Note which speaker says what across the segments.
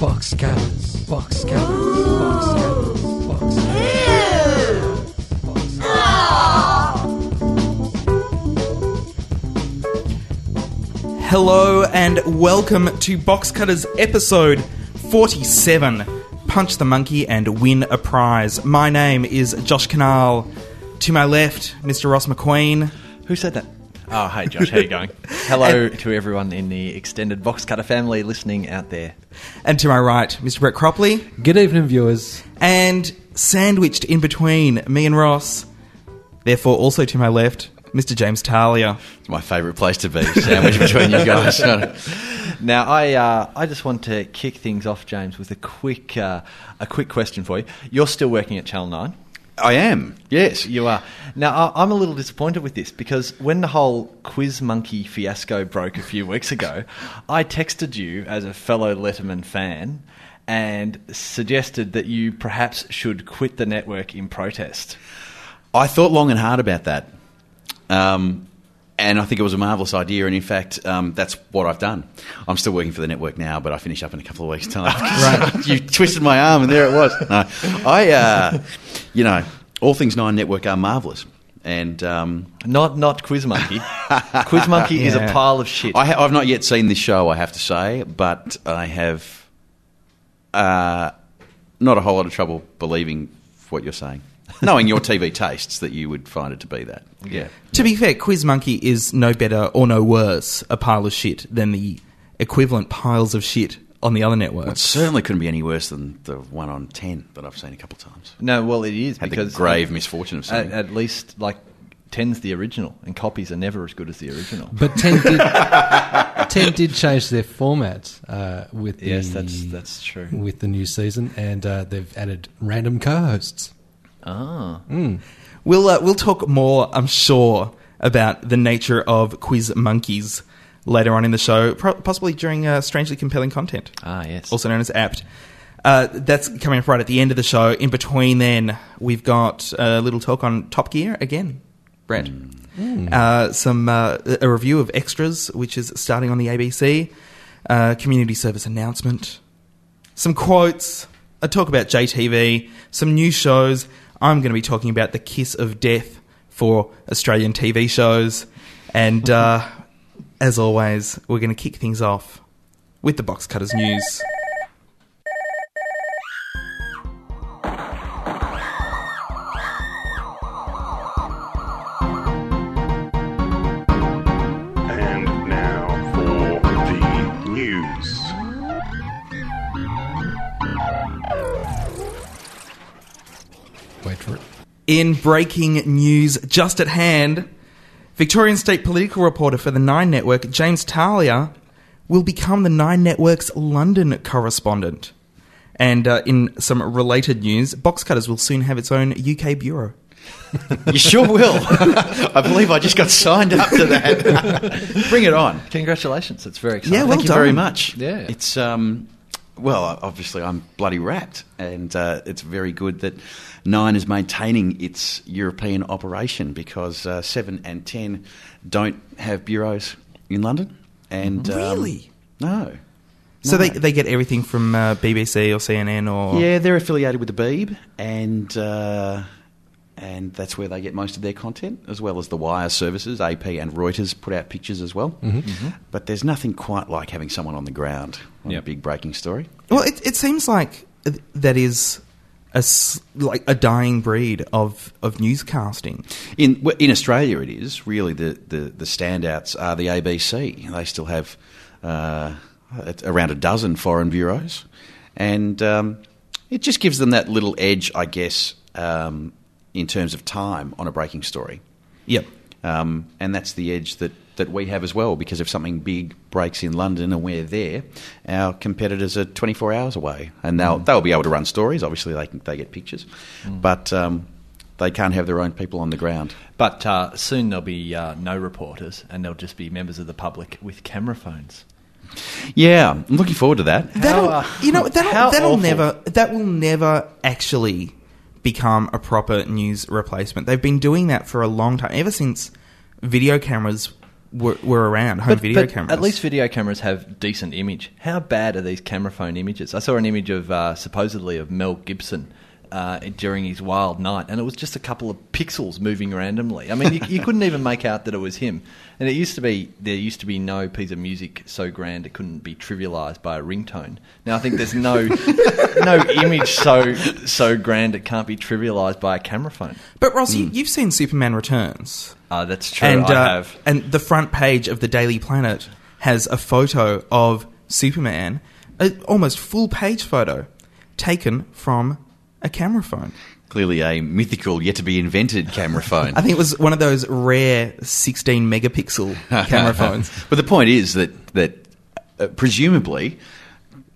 Speaker 1: Box scanners. Box scanners. Box scanners. Box scanners.
Speaker 2: Hello and welcome to Box Cutters episode 47 Punch the Monkey and Win a Prize. My name is Josh Canal. To my left, Mr. Ross McQueen.
Speaker 3: Who said that? Oh, hey, Josh. How you going? Hello to everyone in the extended box cutter family listening out there.
Speaker 2: And to my right, Mr. Brett Cropley.
Speaker 1: Good evening, viewers.
Speaker 2: And sandwiched in between me and Ross, therefore also to my left, Mr. James Talia.
Speaker 4: It's my favourite place to be, sandwich between you guys.
Speaker 3: Now, I uh, I just want to kick things off, James, with a quick uh, a quick question for you. You're still working at Channel Nine.
Speaker 4: I am, yes.
Speaker 3: You are. Now, I- I'm a little disappointed with this because when the whole Quiz Monkey fiasco broke a few weeks ago, I texted you as a fellow Letterman fan and suggested that you perhaps should quit the network in protest.
Speaker 4: I thought long and hard about that. Um, and I think it was a marvellous idea. And in fact, um, that's what I've done. I'm still working for the network now, but I finish up in a couple of weeks' time. right. you twisted my arm, and there it was. No, I, uh, you know, all things Nine Network are marvellous. And um,
Speaker 3: Not not Quiz Monkey. Quiz Monkey is a
Speaker 2: Yeah.
Speaker 3: pile of shit.
Speaker 4: I ha- I've not yet seen this show, I have to say, but I have uh, not a whole lot of trouble believing what you're saying. Knowing your TV tastes, that you would find it to be that. Yeah.
Speaker 2: To be fair, Quiz Monkey is no better or no worse a pile of shit than the equivalent piles of shit on the other network.
Speaker 4: It certainly couldn't be any worse than the one on 10 that I've seen a couple of times.
Speaker 3: no, well, it is
Speaker 4: Had
Speaker 3: because
Speaker 4: the grave misfortune of
Speaker 3: at,
Speaker 4: seeing it.
Speaker 3: at least like ten's the original, and copies are never as good as the original.
Speaker 1: But 10 did, 10 did change their format uh, with, the,
Speaker 3: Yes, that's that's true.
Speaker 1: with the new season, and uh, they've added random co hosts.
Speaker 3: Ah,
Speaker 2: We'll uh, we'll talk more, I'm sure, about the nature of quiz monkeys later on in the show, pro- possibly during uh, strangely compelling content,
Speaker 3: ah, yes.
Speaker 2: also known as apt. Uh, that's coming up right at the end of the show. In between, then we've got a little talk on Top Gear again, Brett. Uh, some uh, a review of extras, which is starting on the ABC. Uh, community service announcement some quotes, a talk about JTV, some new shows. I'm going to be talking about the kiss of death for Australian TV shows. And uh, as always, we're going to kick things off with the Box Cutters news.
Speaker 5: And now for the news.
Speaker 1: Wait for it.
Speaker 2: In breaking news just at hand, Victorian state political reporter for the Nine Network, James Talia, will become the Nine Network's London correspondent. And uh, in some related news, Box Cutters will soon have its own UK bureau.
Speaker 4: You sure will. I believe I just got signed up to that. Bring it on.
Speaker 3: Congratulations, it's very exciting.
Speaker 2: Yeah, well
Speaker 4: Thank you very
Speaker 2: done.
Speaker 4: much.
Speaker 3: Yeah.
Speaker 4: It's um, well, I- obviously I'm bloody wrapped, and uh, it's very good that Nine is maintaining its European operation because uh, Seven and Ten don't have bureaus in London. And um,
Speaker 2: Really?
Speaker 4: no.
Speaker 2: So they,
Speaker 4: No.
Speaker 2: they get everything from uh, BBC or CNN or
Speaker 4: yeah, they're affiliated with the Beeb, and uh, and that's where they get most of their content, as well as the wire services. AP and Reuters put out pictures as well. But there's nothing quite like having someone on the ground on
Speaker 3: Yep.
Speaker 4: a big breaking story.
Speaker 2: Well, it, it seems like th- that is a s- like a dying breed of of newscasting.
Speaker 4: In well, in Australia, it is really the, the, the standouts are the ABC. They still have uh, at- around a dozen foreign bureaus, and um, it just gives them that little edge, I guess, um, in terms of time on a breaking story.
Speaker 2: Yep.
Speaker 4: Um, and that's the edge that, that we have as well, because if something big breaks in London and we're there, our competitors are 24 hours away. And they'll, they'll be able to run stories. Obviously, they, can, they get pictures. But um, they can't have their own people on the ground.
Speaker 3: But uh, soon there'll be uh, no reporters, and there'll just be members of the public with camera phones.
Speaker 4: Yeah, I'm looking forward to that.
Speaker 2: That'll
Speaker 3: uh,
Speaker 2: you know that'll
Speaker 3: how
Speaker 2: that'll
Speaker 3: awful.
Speaker 2: never that will never actually become a proper news replacement. They've been doing that for a long time, ever since video cameras were, were around home
Speaker 3: But-
Speaker 2: video
Speaker 3: but
Speaker 2: cameras.
Speaker 3: At least video cameras have decent image. How bad are these camera phone images? I saw an image of uh, supposedly of Mel Gibson. Uh, during his wild night, and it was just a couple of pixels moving randomly. I mean, you, you couldn't even make out that it was him. And it used to be there used to be no piece of music so grand it couldn't be trivialized by a ringtone. Now I think there's no no image so so grand it can't be trivialized by a camera phone.
Speaker 2: but Ross, you, you've seen Superman Returns,
Speaker 3: Uh, that's Hmm. true.
Speaker 2: and
Speaker 3: I
Speaker 2: uh,
Speaker 3: have.
Speaker 2: and the front page of the Daily Planet has a photo of Superman, an almost full page photo, taken from a camera phone.
Speaker 4: Clearly, a mythical, yet to be invented camera phone.
Speaker 2: I think it was one of those rare 16 megapixel camera phones.
Speaker 4: but the point is that that uh, presumably,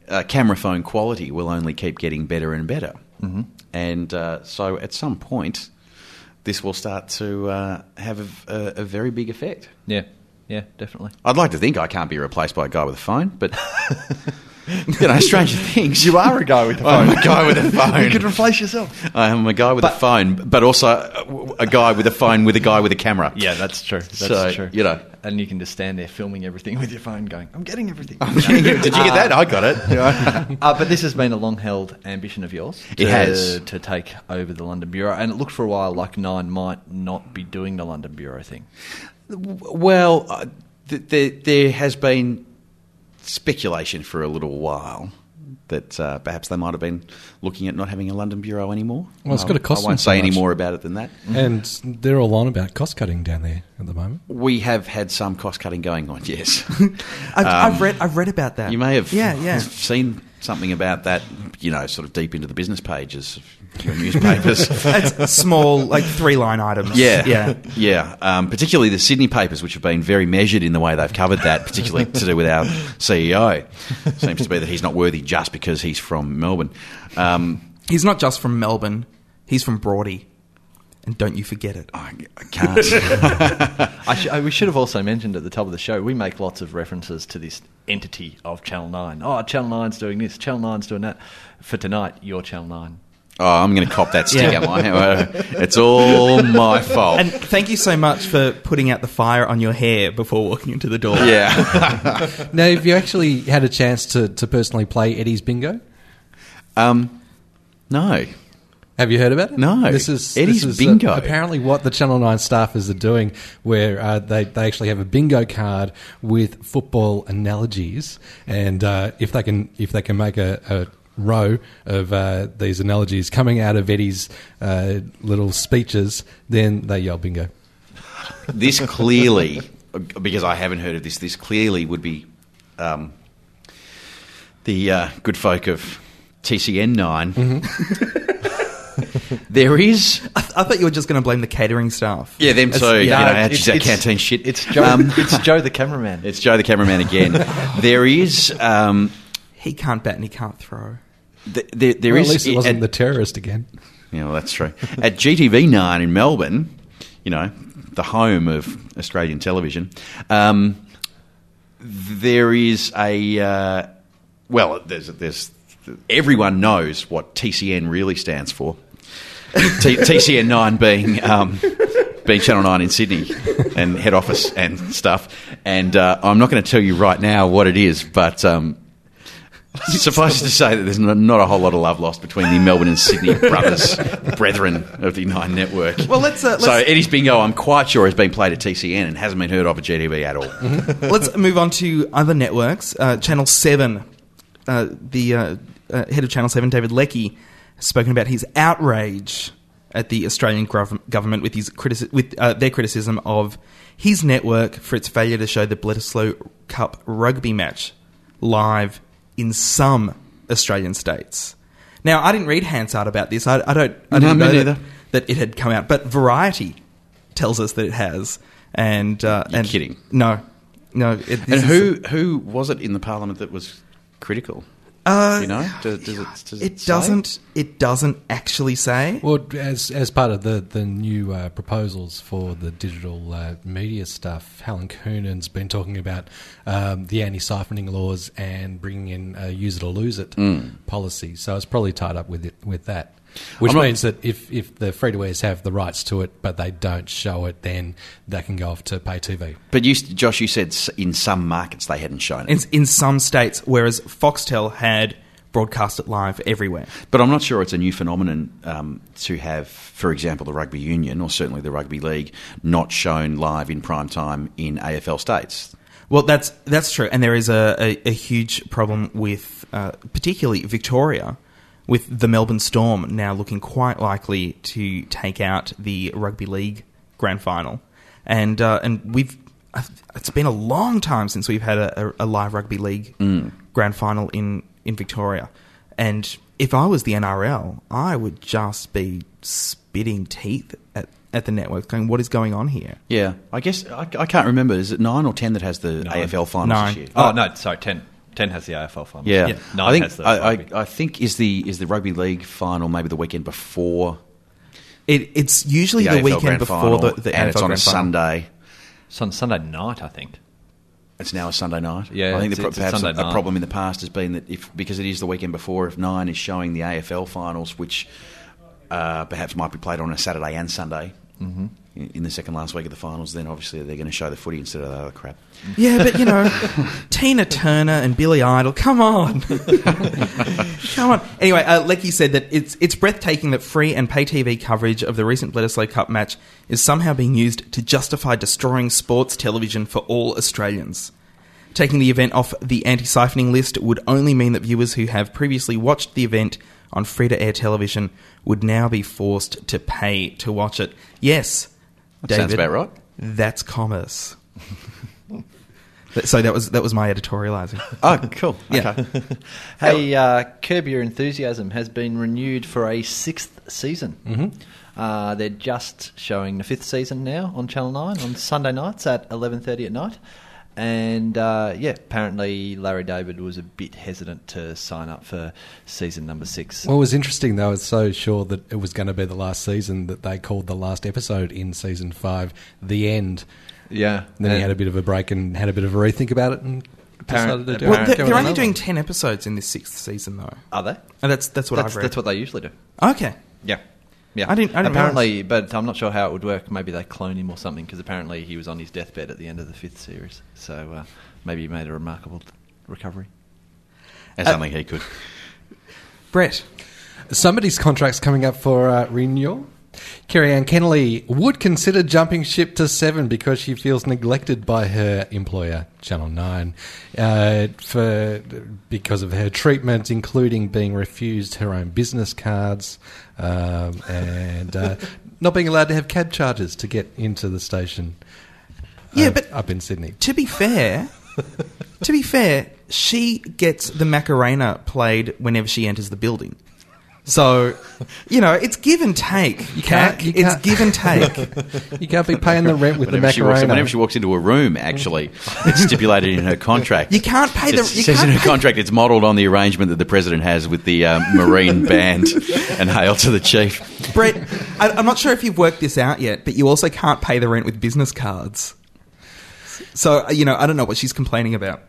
Speaker 4: uh, camera phone quality will only keep getting better and better, mm-hmm. and uh, so at some point, this will start to uh, have a, a, a very big effect.
Speaker 3: Yeah, yeah, definitely.
Speaker 4: I'd like to think I can't be replaced by a guy with a phone, but you know, stranger things.
Speaker 3: You are a guy with a phone.
Speaker 4: I'm a guy with a phone.
Speaker 3: You could replace yourself.
Speaker 4: I am Um, a guy with a
Speaker 3: But-
Speaker 4: phone, but also a- a guy with a phone with a guy with a camera.
Speaker 3: Yeah, that's true. That's
Speaker 4: So,
Speaker 3: true.
Speaker 4: you know.
Speaker 3: and you can just stand there filming everything with your phone, going, "I'm getting everything."
Speaker 4: Did you get that? I got it.
Speaker 3: uh, but this has been a long-held ambition of yours.
Speaker 4: It has.
Speaker 3: to take over the London bureau, and it looked for a while like Nine might not be doing the London bureau thing.
Speaker 4: Well, uh, th- there, there has been speculation for a little while that uh, perhaps they might have been looking at not having a London bureau anymore.
Speaker 1: Well, it's
Speaker 4: I-
Speaker 1: gotta cost
Speaker 4: I won't
Speaker 1: them so
Speaker 4: say any
Speaker 1: much.
Speaker 4: more about it than that.
Speaker 1: And they're all on about cost cutting down there at the moment.
Speaker 4: We have had some cost cutting going on. Yes,
Speaker 2: I've, I've read I've read about that.
Speaker 4: Um, you may have
Speaker 2: Yeah, yeah.
Speaker 4: seen something about that. You know, sort of deep into the business pages of your newspapers.
Speaker 2: It's small, like three line items.
Speaker 4: Yeah,
Speaker 2: yeah.
Speaker 4: yeah. Um, particularly the Sydney papers, which have been very measured in the way they've covered that, particularly to do with our CEO. Seems to be that he's not worthy just because he's from Melbourne. Um,
Speaker 2: He's not just from Melbourne. He's from Broady, and don't you forget it.
Speaker 4: I, I can't.
Speaker 3: I sh- I, we should have also mentioned at the top of the show we make lots of references to this entity of Channel Nine. Oh, Channel Nine's doing this. Channel Nine's doing that. For tonight, you're Channel Nine.
Speaker 4: Oh, I'm going to cop that stick, am I? It's all my fault.
Speaker 2: And thank you so much for putting out the fire on your hair before walking into the door.
Speaker 4: yeah.
Speaker 1: Now, have you actually had a chance to, to personally play Eddie's Bingo?
Speaker 4: Um, no.
Speaker 1: Have you heard about it?
Speaker 4: No.
Speaker 1: This is
Speaker 4: Eddie's
Speaker 1: this is,
Speaker 4: Bingo.
Speaker 1: uh, apparently, what the Channel Nine staffers are doing, where uh, they they actually have a bingo card with football analogies, and uh, if they can if they can make a. a row of uh, these analogies coming out of Eddie's uh, little speeches, then they yell bingo.
Speaker 4: This clearly, because I haven't heard of this, this clearly would be um, the uh, good folk of TCN 9.
Speaker 2: Mm-hmm.
Speaker 4: there is.
Speaker 2: I, th- I thought you were just going to blame the catering staff.
Speaker 4: Yeah, them
Speaker 2: It's-
Speaker 4: too. you
Speaker 2: yeah.
Speaker 4: know,
Speaker 2: No,
Speaker 4: it's,
Speaker 3: it's-
Speaker 4: that
Speaker 3: it's-
Speaker 4: canteen shit.
Speaker 3: It's Joe.
Speaker 4: Um,
Speaker 3: it's Joe the cameraman.
Speaker 4: it's Joe the cameraman again. there is. Um,
Speaker 2: He can't bat and he can't throw.
Speaker 4: th- there, there
Speaker 1: Well,
Speaker 4: is-
Speaker 1: at least it wasn't
Speaker 4: at-
Speaker 1: the terrorist again.
Speaker 4: Yeah, well, that's true. At GTV nine in Melbourne, you know, the home of Australian television, um, there is a uh, well, there's there's everyone knows what TCN really stands for. T- TCN nine being um, being Channel nine in Sydney and head office and stuff. And uh, I'm not going to tell you right now what it is, but. Um, Suffice it to say that there's not not a whole lot of love lost between the Melbourne and Sydney brothers, brethren of the Nine Network.
Speaker 2: Well, let's, uh, let's-
Speaker 4: so Eddie's bingo, I'm quite sure, has been played at TCN and hasn't been heard of at GTV at
Speaker 2: Mm-hmm.
Speaker 4: all.
Speaker 2: Let's move on to other networks. Uh, Channel 7, uh, the uh, uh, head of Channel 7, David Leckie, has spoken about his outrage at the Australian grov- government with, his critici- with uh, their criticism of his network for its failure to show the Bledisloe Cup rugby match live in some Australian states. Now, I didn't read Hansard about this. I, I don't. I
Speaker 4: No,
Speaker 2: didn't
Speaker 4: me
Speaker 2: know that-
Speaker 4: neither.
Speaker 2: That, it had come out, but Variety tells us that it has. And uh,
Speaker 4: You're
Speaker 2: and
Speaker 4: kidding.
Speaker 2: No, no. It, this
Speaker 4: and
Speaker 2: is-
Speaker 4: who who was it in the Parliament that was critical?
Speaker 2: Uh,
Speaker 4: Do you know? Does, does it, does
Speaker 2: it
Speaker 4: say?
Speaker 2: doesn't. It doesn't actually say.
Speaker 1: Well, as as part of the the new uh, proposals for the digital uh, media stuff, Helen Coonan's been talking about um, the anti-siphoning Hmm. laws and bringing in uh, "use it or lose it" policy. So it's probably tied up with it with that. Which
Speaker 4: I'm not-
Speaker 1: means that if, if the free to airs have the rights to it, but they don't show it, then that can go off to pay TV.
Speaker 4: But you, Josh, you said s- in some markets they hadn't shown it.
Speaker 2: in, in some states, whereas Foxtel had broadcast it live everywhere.
Speaker 4: But I'm not sure it's a new phenomenon um, to have, for example, the rugby union or certainly the rugby league not shown live in prime time in AFL states.
Speaker 2: Well, that's that's true, and there is a, a, a huge problem with uh, particularly Victoria, with the Melbourne Storm now looking quite likely to take out the rugby league grand final, and uh, and we've it's been a long time since we've had a, a, a live rugby league grand final in in Victoria, and if I was the NRL, I would just be spitting teeth at at the network, going, "What is going on here?"
Speaker 4: Yeah, I guess I, I can't remember. Is it nine or ten that has the AFL finals
Speaker 2: Nine.
Speaker 4: this year?
Speaker 3: Oh, no, sorry, 10. 10 has the AFL final.
Speaker 4: Yeah,
Speaker 2: Yeah.
Speaker 3: Nine
Speaker 4: I think
Speaker 3: has the
Speaker 4: I, I,
Speaker 3: rugby.
Speaker 4: I think is the is the rugby league final maybe the weekend before
Speaker 2: It, it's usually the,
Speaker 4: AFL
Speaker 2: weekend
Speaker 4: grand
Speaker 2: before
Speaker 4: final,
Speaker 2: the, the
Speaker 4: and
Speaker 2: AFL
Speaker 4: it's on a
Speaker 2: grand final.
Speaker 4: Sunday.
Speaker 3: It's on Sunday night, I think.
Speaker 4: It's now a Sunday night.
Speaker 3: Yeah,
Speaker 4: I think
Speaker 3: it's-
Speaker 4: the, pro-
Speaker 3: it's a
Speaker 4: perhaps a,
Speaker 3: Sunday
Speaker 4: a
Speaker 3: night.
Speaker 4: problem in the past has been that if because it is the weekend before, if nine is showing the AFL finals, which uh, perhaps might be played on a Saturday and Sunday
Speaker 2: Mm-hmm.
Speaker 4: in, in the second last week of the finals, then obviously they're going to show the footy instead of the other crap.
Speaker 2: Yeah, but you know, Tina Turner and Billy Idol. Come on, come on. Anyway, uh, Lecky said that it's it's breathtaking that free and pay TV coverage of the recent Bledisloe Cup match is somehow being used to justify destroying sports television for all Australians. Taking the event off the anti-siphoning list would only mean that viewers who have previously watched the event on free-to-air television would now be forced to pay to watch it. Yes,
Speaker 4: That sounds about right.
Speaker 2: That's commerce. Th- so that was that was my editorializing.
Speaker 4: Oh, cool.
Speaker 2: Yeah.
Speaker 4: Okay.
Speaker 3: Hey, uh, Curb Your Enthusiasm has been renewed for a sixth season.
Speaker 4: Mm-hmm.
Speaker 3: Uh, they're just showing the fifth season now on Channel Nine on Sunday nights at eleven thirty at night. And uh, yeah, apparently Larry David was a bit hesitant to sign up for season number six.
Speaker 1: What was interesting, though, is so sure that it was going to be the last season that they called the last episode in season five the end.
Speaker 3: yeah,
Speaker 1: And then he had a bit of a break and had a bit of a rethink about it and
Speaker 3: Apparent-
Speaker 1: decided to
Speaker 3: apparent-
Speaker 1: do it.
Speaker 2: well, they're,
Speaker 3: Go
Speaker 2: they're
Speaker 3: on,
Speaker 2: only
Speaker 3: another
Speaker 2: doing
Speaker 3: one.
Speaker 2: ten episodes in this sixth season, though.
Speaker 3: are they?
Speaker 2: And that's that's what
Speaker 3: That's,
Speaker 2: I've read.
Speaker 3: that's what they usually do.
Speaker 2: okay.
Speaker 3: Yeah. Yeah,
Speaker 2: I didn't- I didn't
Speaker 3: apparently, but I'm not sure how it would work. Maybe they clone him or something because apparently he was on his deathbed at the end of the fifth series. So uh, maybe he made a remarkable recovery.
Speaker 4: As
Speaker 2: Uh,
Speaker 4: only he could.
Speaker 2: Brett,
Speaker 1: Somebody's contract's coming up for uh, renewal. Kerry Ann Kennelly would consider jumping ship to Seven because she feels neglected by her employer, Channel Nine, uh, for because of her treatment, including being refused her own business cards um, and uh, not being allowed to have cab charges to get into the station.
Speaker 2: Yeah,
Speaker 1: uh,
Speaker 2: but-
Speaker 1: up in Sydney.
Speaker 2: to be fair, to be fair, she gets the Macarena played whenever she enters the building. So, you know, it's give and take.
Speaker 1: You can't-
Speaker 2: Cac.
Speaker 1: you
Speaker 2: it's
Speaker 1: can't-
Speaker 2: give and take.
Speaker 1: You can't be paying the rent with
Speaker 4: Whenever
Speaker 1: the
Speaker 4: she, walks,
Speaker 1: Macarena.
Speaker 4: whenever she walks into a room, actually, it's stipulated in her contract.
Speaker 2: You can't pay
Speaker 4: It
Speaker 2: the- you
Speaker 4: says in
Speaker 2: can't
Speaker 4: her
Speaker 2: pay-
Speaker 4: contract it's modelled on the arrangement that the president has with the um, Marine band and hail to the chief.
Speaker 2: Brett, I, I'm not sure if you've worked this out yet, but you also can't pay the rent with business cards. So, uh, you know, I don't know what she's complaining about.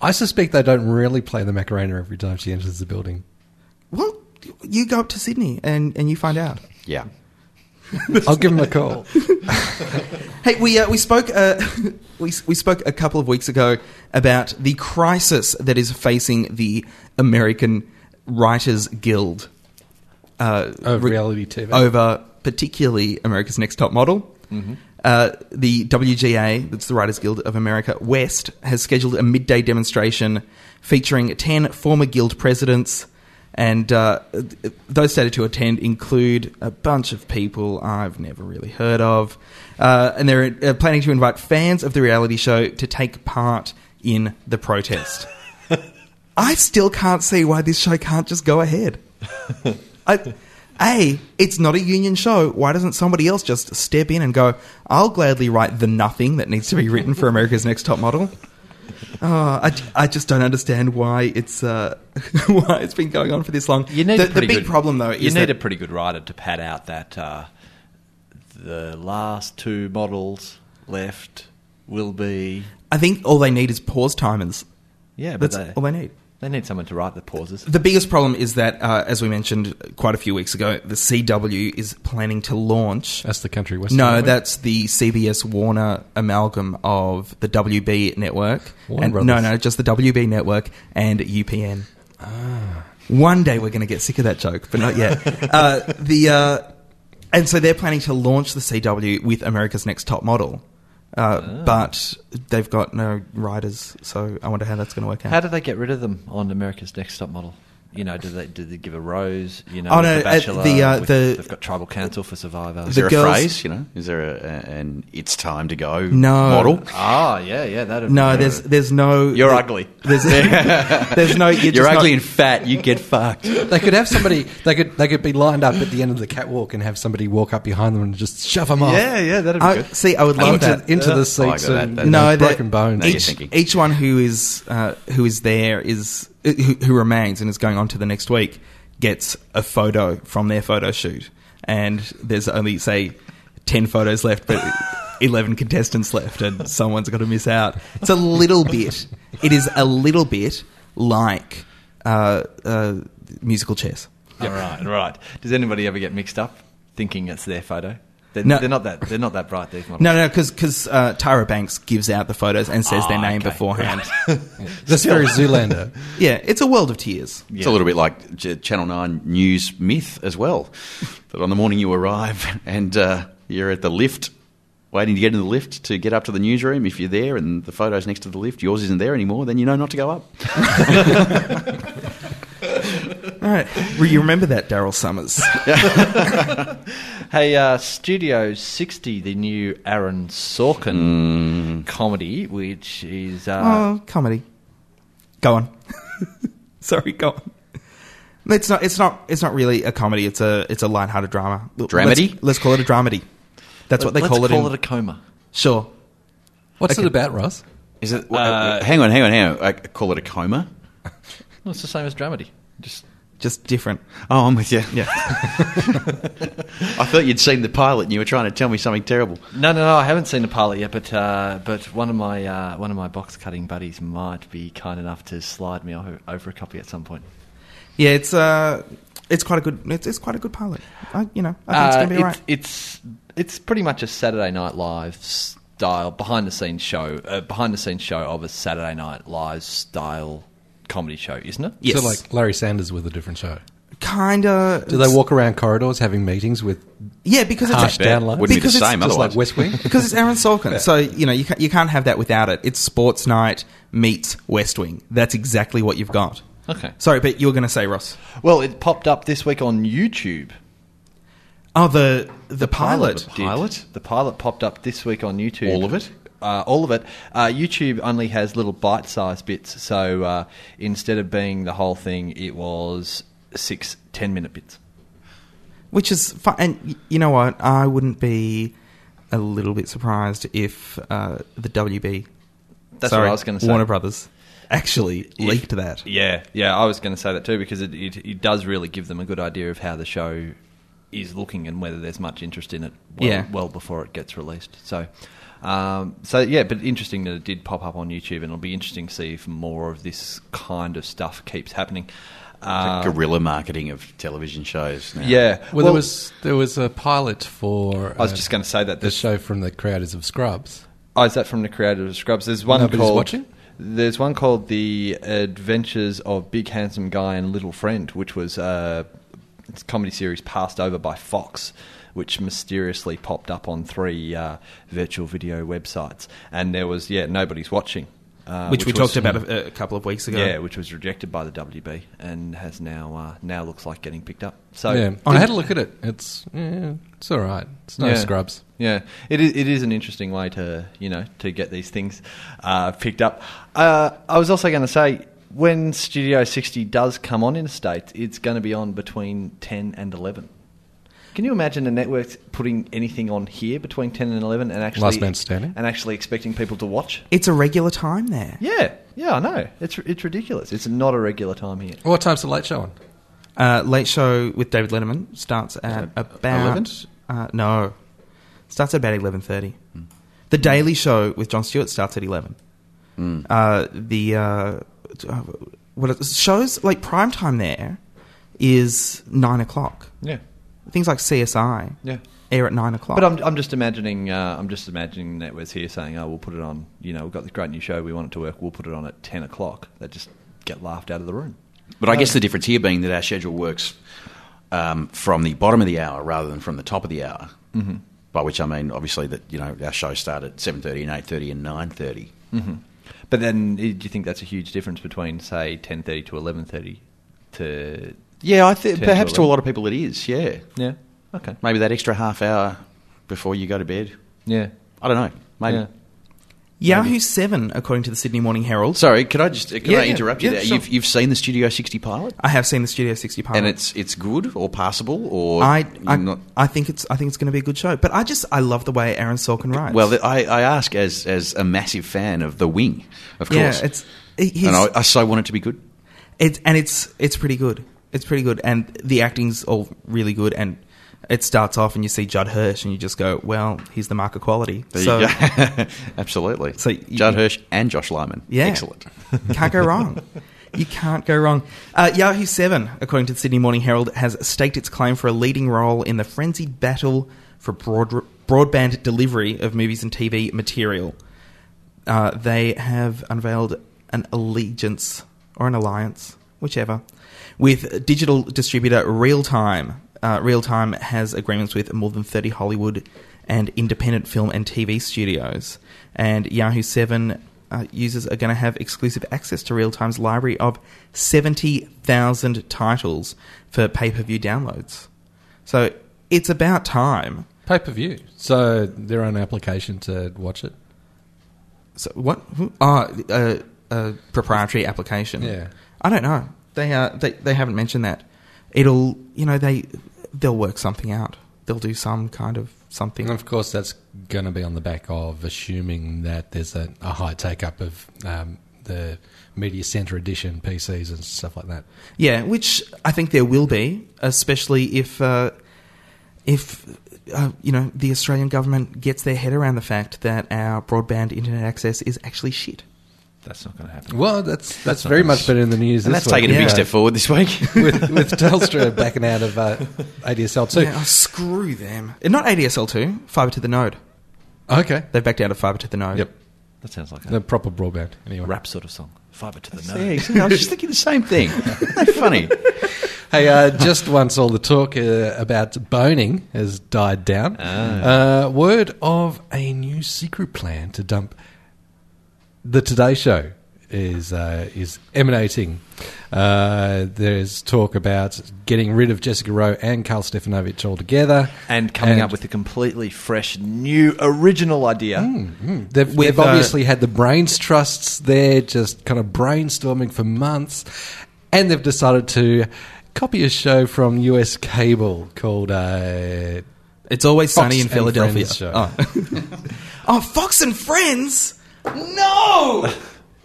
Speaker 1: I suspect they don't really play the Macarena every time she enters the building.
Speaker 2: Well, you go up to Sydney and, and you find out.
Speaker 4: Yeah.
Speaker 1: I'll give them a call.
Speaker 2: Hey, we, uh, we, spoke, uh, we, we spoke a couple of weeks ago about the crisis that is facing the American Writers Guild. Uh,
Speaker 1: Of
Speaker 2: re-
Speaker 1: reality TV.
Speaker 2: over particularly America's Next Top Model. Uh, the WGA, that's the Writers Guild of America West, has scheduled a midday demonstration featuring 10 former guild presidents. And uh, th- those stated to attend include a bunch of people I've never really heard of. Uh, and they're uh, planning to invite fans of the reality show to take part in the protest. I still can't see why this show can't just go ahead. I, a, it's not a union show. Why doesn't somebody else just step in and go, I'll gladly write the nothing that needs to be written for America's Next Top Model? Oh, I, I just don't understand why it's uh, why it's been going on for this long. the, the big problem though
Speaker 3: You
Speaker 2: is
Speaker 3: need
Speaker 2: that,
Speaker 3: a pretty good writer to pad out that uh, the last two models left will be.
Speaker 2: I think all they need is pause timers.
Speaker 3: Yeah, but
Speaker 2: That's
Speaker 3: they,
Speaker 2: all they need.
Speaker 3: They need someone to write the pauses.
Speaker 2: The biggest problem is that, uh, as we mentioned quite a few weeks ago, the CW is planning to launch.
Speaker 1: That's the country western.
Speaker 2: No,
Speaker 1: network.
Speaker 2: that's the CBS Warner amalgam of the WB network.
Speaker 1: Warner
Speaker 2: and,
Speaker 1: Brothers.
Speaker 2: no, no, just the WB network and UPN. One day we're going to get sick of that joke, but not yet. uh, the uh, and so they're planning to launch the CW with America's Next Top Model, uh, but they've got no writers. So I wonder how that's going to work out.
Speaker 3: How do they get rid of them on America's Next Top Model? You know, do they do they give a rose? You know,
Speaker 2: Oh,
Speaker 3: with
Speaker 2: no,
Speaker 3: the
Speaker 2: uh,
Speaker 3: bachelor.
Speaker 2: the, uh,
Speaker 3: with-
Speaker 2: the-
Speaker 3: they've got tribal council for survivor.
Speaker 4: Is
Speaker 2: The
Speaker 4: there a
Speaker 2: girls-
Speaker 4: phrase? You know, is there a, a, an "it's time to go"
Speaker 2: No.
Speaker 4: model?
Speaker 3: Ah, yeah, yeah, that.
Speaker 2: no, there's there's no.
Speaker 3: You're ugly.
Speaker 2: There's, there's no. You're,
Speaker 4: You're
Speaker 2: just
Speaker 4: ugly
Speaker 2: Not,
Speaker 4: and fat. You get fucked.
Speaker 1: They could have somebody. They could they could be lined up at the end of the catwalk and have somebody walk up behind them and just shove them off.
Speaker 3: yeah, yeah, that'd be
Speaker 4: Um,
Speaker 2: I-
Speaker 3: good.
Speaker 2: Uh, see, I would love
Speaker 1: into,
Speaker 2: that.
Speaker 1: into
Speaker 3: Oh, I
Speaker 1: the seats
Speaker 4: got that,
Speaker 1: and
Speaker 4: that-
Speaker 1: you know,
Speaker 2: that-
Speaker 1: broken bones.
Speaker 4: Now you're
Speaker 2: Each,
Speaker 4: thinking.
Speaker 2: each one who is uh, who is there is who, who remains and is going on to the next week gets a photo from their photo shoot, and there's only say ten photos left, but eleven contestants left, and someone's got to miss out. It's a little bit. It is a little bit like uh, uh, musical chairs.
Speaker 3: All right, right. Does anybody ever get mixed up thinking it's their photo? They're,
Speaker 2: No.
Speaker 3: they're not that. They're not that bright. These models.
Speaker 2: No, no, because uh, Tyra Banks gives out the photos and says their
Speaker 3: Ah,
Speaker 2: name
Speaker 3: okay.
Speaker 2: beforehand.
Speaker 1: That's very Zoolander.
Speaker 2: yeah, it's a world of tears.
Speaker 4: It's a little bit like J- Channel Nine news myth as well. That on the morning you arrive and uh, you're at the lift, waiting to get in the lift to get up to the newsroom. If you're there and the photo's next to the lift, yours isn't there anymore, then you know not to go up.
Speaker 2: All right, Well, you remember that, Daryl Summers?
Speaker 3: Hey, uh, Studio 60, the new Aaron Sorkin comedy, which is. Uh,
Speaker 2: Hmm. oh, comedy. Go on. Sorry, go on. It's not. It's not. It's not really a comedy. It's a. It's a lighthearted drama. L-
Speaker 4: Dramedy?
Speaker 2: Let's, let's call it a dramedy. That's what they
Speaker 3: let's
Speaker 2: call it. in-
Speaker 3: a coma.
Speaker 2: sure.
Speaker 1: What's
Speaker 2: Okay.
Speaker 1: it about, Ross?
Speaker 4: Is it? uh, hang on, hang on, hang on. I call it a coma.
Speaker 3: Well, it's the same as dramedy. Just
Speaker 2: Just different.
Speaker 4: Oh, I'm with you.
Speaker 2: Yeah.
Speaker 4: I thought you'd seen the pilot and you were trying to tell me something terrible.
Speaker 3: no, no, no. I haven't seen the pilot yet, but uh, but one of my uh, one of my box cutting buddies might be kind enough to slide me o- over a copy at some point.
Speaker 2: yeah. It's uh. It's quite a good. It's, it's quite a good pilot. I, you know. I think it's
Speaker 3: Uh,
Speaker 2: gonna be all right.
Speaker 3: it's it's pretty much a Saturday Night Live style behind the scenes show, uh, behind the scenes show of a Saturday Night Live style comedy show, isn't it?
Speaker 2: Yes.
Speaker 1: So like Larry Sanders with a different show.
Speaker 2: Kinda.
Speaker 1: Do they walk around corridors having meetings with
Speaker 2: Yeah, because it's
Speaker 1: harsh
Speaker 4: bet.
Speaker 1: downline?
Speaker 4: Wouldn't be the
Speaker 2: Because it's
Speaker 4: same
Speaker 1: Just
Speaker 4: otherwise.
Speaker 1: like West Wing.
Speaker 2: because it's Aaron Sorkin. So you know you can't, you can't have that without it. It's sports night meets West Wing. That's exactly what you've got.
Speaker 3: Okay.
Speaker 2: Sorry, but you were going to say Ross.
Speaker 3: Well, it popped up this week on YouTube.
Speaker 2: Oh, the the, pilot.
Speaker 3: did. The pilot popped up this week on YouTube.
Speaker 4: All of it?
Speaker 3: Uh, all of it. Uh, YouTube only has little bite-sized bits, so uh, instead of being the whole thing, it was six ten-minute bits.
Speaker 2: which is fun. And y- you know what? I wouldn't be a little bit surprised if uh, the WB.
Speaker 3: That's
Speaker 2: sorry,
Speaker 3: what I was going to say.
Speaker 2: Warner Brothers actually leaked that.
Speaker 3: Yeah, yeah, I was going to say that too because it, it, it does really give them a good idea of how the show is looking and whether there's much interest in it. Well,
Speaker 2: Yeah.
Speaker 3: well before it gets released. So, um, so yeah, but interesting that it did pop up on YouTube, and it'll be interesting to see if more of this kind of stuff keeps happening. Uh,
Speaker 4: guerrilla marketing of television shows. Now.
Speaker 3: yeah,
Speaker 1: Well, there was there was a pilot for. uh,
Speaker 3: I was just going to say that
Speaker 1: the
Speaker 3: there's.
Speaker 1: show from the creators of Scrubs.
Speaker 3: Oh, is that from the creator of Scrubs? There's one
Speaker 1: Nobody's
Speaker 3: called.
Speaker 1: watching?
Speaker 3: There's one called The Adventures of Big Handsome Guy and Little Friend, which was uh, it's a comedy series passed over by Fox, which mysteriously popped up on three uh, virtual video websites, and there was yeah, nobody's watching, uh,
Speaker 2: which, we
Speaker 3: was-
Speaker 2: talked about a, a couple of weeks ago.
Speaker 3: Yeah, which was rejected by the WB and has now uh, now looks like getting picked up.
Speaker 4: Oh,
Speaker 3: So
Speaker 1: yeah, I had a look at it. It's yeah, it's all right. It's no
Speaker 3: Yeah.
Speaker 1: Scrubs.
Speaker 3: Yeah, it is, it is an interesting way to you know to get these things uh, picked up. Uh, I was also going to say when Studio 60 does come on in the states, it's going to be on between 10 and 11. Can you imagine the networks putting anything on here between 10 and 11 and actually
Speaker 1: Last Man Standing?
Speaker 3: and actually expecting people to watch?
Speaker 2: it's a regular time there.
Speaker 3: Yeah, yeah, I know. It's it's ridiculous. It's not a regular time here.
Speaker 1: What time's the late show on?
Speaker 2: Uh, Late Show with David Letterman starts at about
Speaker 3: 11?
Speaker 2: uh, no, starts at about eleven thirty.
Speaker 4: Hmm.
Speaker 2: The
Speaker 4: Hmm.
Speaker 2: Daily Show with John Stewart starts at eleven. Uh, the uh, t- uh, what it, shows like prime time there is nine o'clock.
Speaker 3: Yeah.
Speaker 2: Things like CSI
Speaker 3: Yeah.
Speaker 2: air at nine o'clock.
Speaker 3: But I'm, I'm just imagining uh, I'm just imagining that was here saying, "Oh, we'll put it on. You know, we've got this great new show. We want it to work. We'll put it on at ten o'clock." They just get laughed out of the room.
Speaker 4: But I guess the difference here being that our schedule works um, from the bottom of the hour rather than from the top of the hour. Mm-hmm. By which I mean, obviously, that you know our show start at seven thirty and eight thirty and nine thirty.
Speaker 3: But then, eh, do you think that's a huge difference between say ten thirty to eleven thirty? To
Speaker 4: Yeah, I think
Speaker 3: 10 to
Speaker 4: perhaps to a
Speaker 3: 11.
Speaker 4: lot of people it is. Yeah,
Speaker 3: yeah, okay,
Speaker 4: maybe that extra half hour before you go to bed.
Speaker 3: yeah,
Speaker 4: I don't know. Maybe.
Speaker 3: yeah.
Speaker 2: Yahoo Seven, according to the Sydney Morning Herald.
Speaker 4: Sorry, could I just could
Speaker 2: Yeah,
Speaker 4: I
Speaker 2: yeah,
Speaker 4: interrupt you
Speaker 2: yeah,
Speaker 4: there?
Speaker 2: sure. Uh,
Speaker 4: You've, you've seen the Studio 60 pilot,
Speaker 2: I have seen the Studio 60 pilot.
Speaker 4: and it's it's good or passable or
Speaker 2: I, I,
Speaker 4: you're not-
Speaker 2: I think it's I think it's going to be a good show. But I just I love the way Aaron Sorkin writes.
Speaker 4: well, th- I, I ask as as a massive fan of The Wing, of
Speaker 2: yeah,
Speaker 4: course,
Speaker 2: it's he's,
Speaker 4: and I, I so want it to be good.
Speaker 2: it's and it's it's pretty good. It's pretty good, and the acting's all really good. And it starts off, and you see Judd Hirsch, and you just go, "Well, he's the mark of quality."
Speaker 4: There
Speaker 2: so
Speaker 4: you go. Absolutely.
Speaker 2: So
Speaker 4: So
Speaker 2: you-
Speaker 4: Judd Hirsch and Josh Lyman.
Speaker 2: Yeah.
Speaker 4: Excellent.
Speaker 2: can't go wrong. You can't go wrong. Uh, Yahoo Seven, according to the Sydney Morning Herald, has staked its claim for a leading role in the frenzied battle for broad, broadband delivery of movies and TV material. Uh, they have unveiled an allegiance or an alliance, whichever, with digital distributor Realtime. Uh, Realtime has agreements with more than 30 Hollywood and independent film and TV studios. And Yahoo 7 uh, users are going to have exclusive access to Realtime's library of 70,000 titles for pay per view downloads. So it's about time.
Speaker 1: Pay per view. So their own application to watch it.
Speaker 2: So what? Ah, uh, uh, proprietary application.
Speaker 1: Yeah.
Speaker 2: I don't know. They uh, they they haven't mentioned that. It'll you know they they'll work something out. They'll do some kind of something.
Speaker 1: And of course, that's going to be on the back of assuming that there's a, a high take up of um, the Media Center Edition PCs and stuff like that.
Speaker 2: Yeah, which I think there will be, especially if uh, if uh, you know the Australian government gets their head around the fact that our broadband internet access is actually shit.
Speaker 3: That's not going to happen.
Speaker 1: Well, that's that's very much been in the news.
Speaker 4: And
Speaker 1: this
Speaker 4: that's
Speaker 1: week.
Speaker 4: taken a big
Speaker 2: yeah.
Speaker 4: step forward this week.
Speaker 1: with, with Telstra backing out of uh, ADSL too.
Speaker 2: Yeah, oh, screw them. Not ADSL two, fiber to the node.
Speaker 1: Okay,
Speaker 2: They've backed out of fiber to the node.
Speaker 1: Yep.
Speaker 3: That sounds like a
Speaker 1: the proper broadband. Anyway,
Speaker 3: rap sort of song. Fiber to the
Speaker 4: yeah,
Speaker 3: node.
Speaker 4: exactly. I was just thinking the same thing. Funny.
Speaker 1: Hey, uh, just once all the talk uh, about boning has died down,
Speaker 3: Ah.
Speaker 1: uh, word of a new secret plan to dump the Today Show is uh, is emanating. Uh, there's talk about getting rid of Jessica Rowe and Carl Stefanovic altogether,
Speaker 3: And coming up with a completely fresh, new, original idea.
Speaker 1: They've,
Speaker 2: With,
Speaker 1: they've
Speaker 2: uh,
Speaker 1: obviously had the brains trusts there, just kind of brainstorming for months, and they've decided to copy a show from US cable called. Uh,
Speaker 2: It's always
Speaker 1: Fox
Speaker 2: sunny in
Speaker 1: and
Speaker 2: Philadelphia.
Speaker 1: Friends show.
Speaker 2: Oh. Oh, Fox and Friends? No!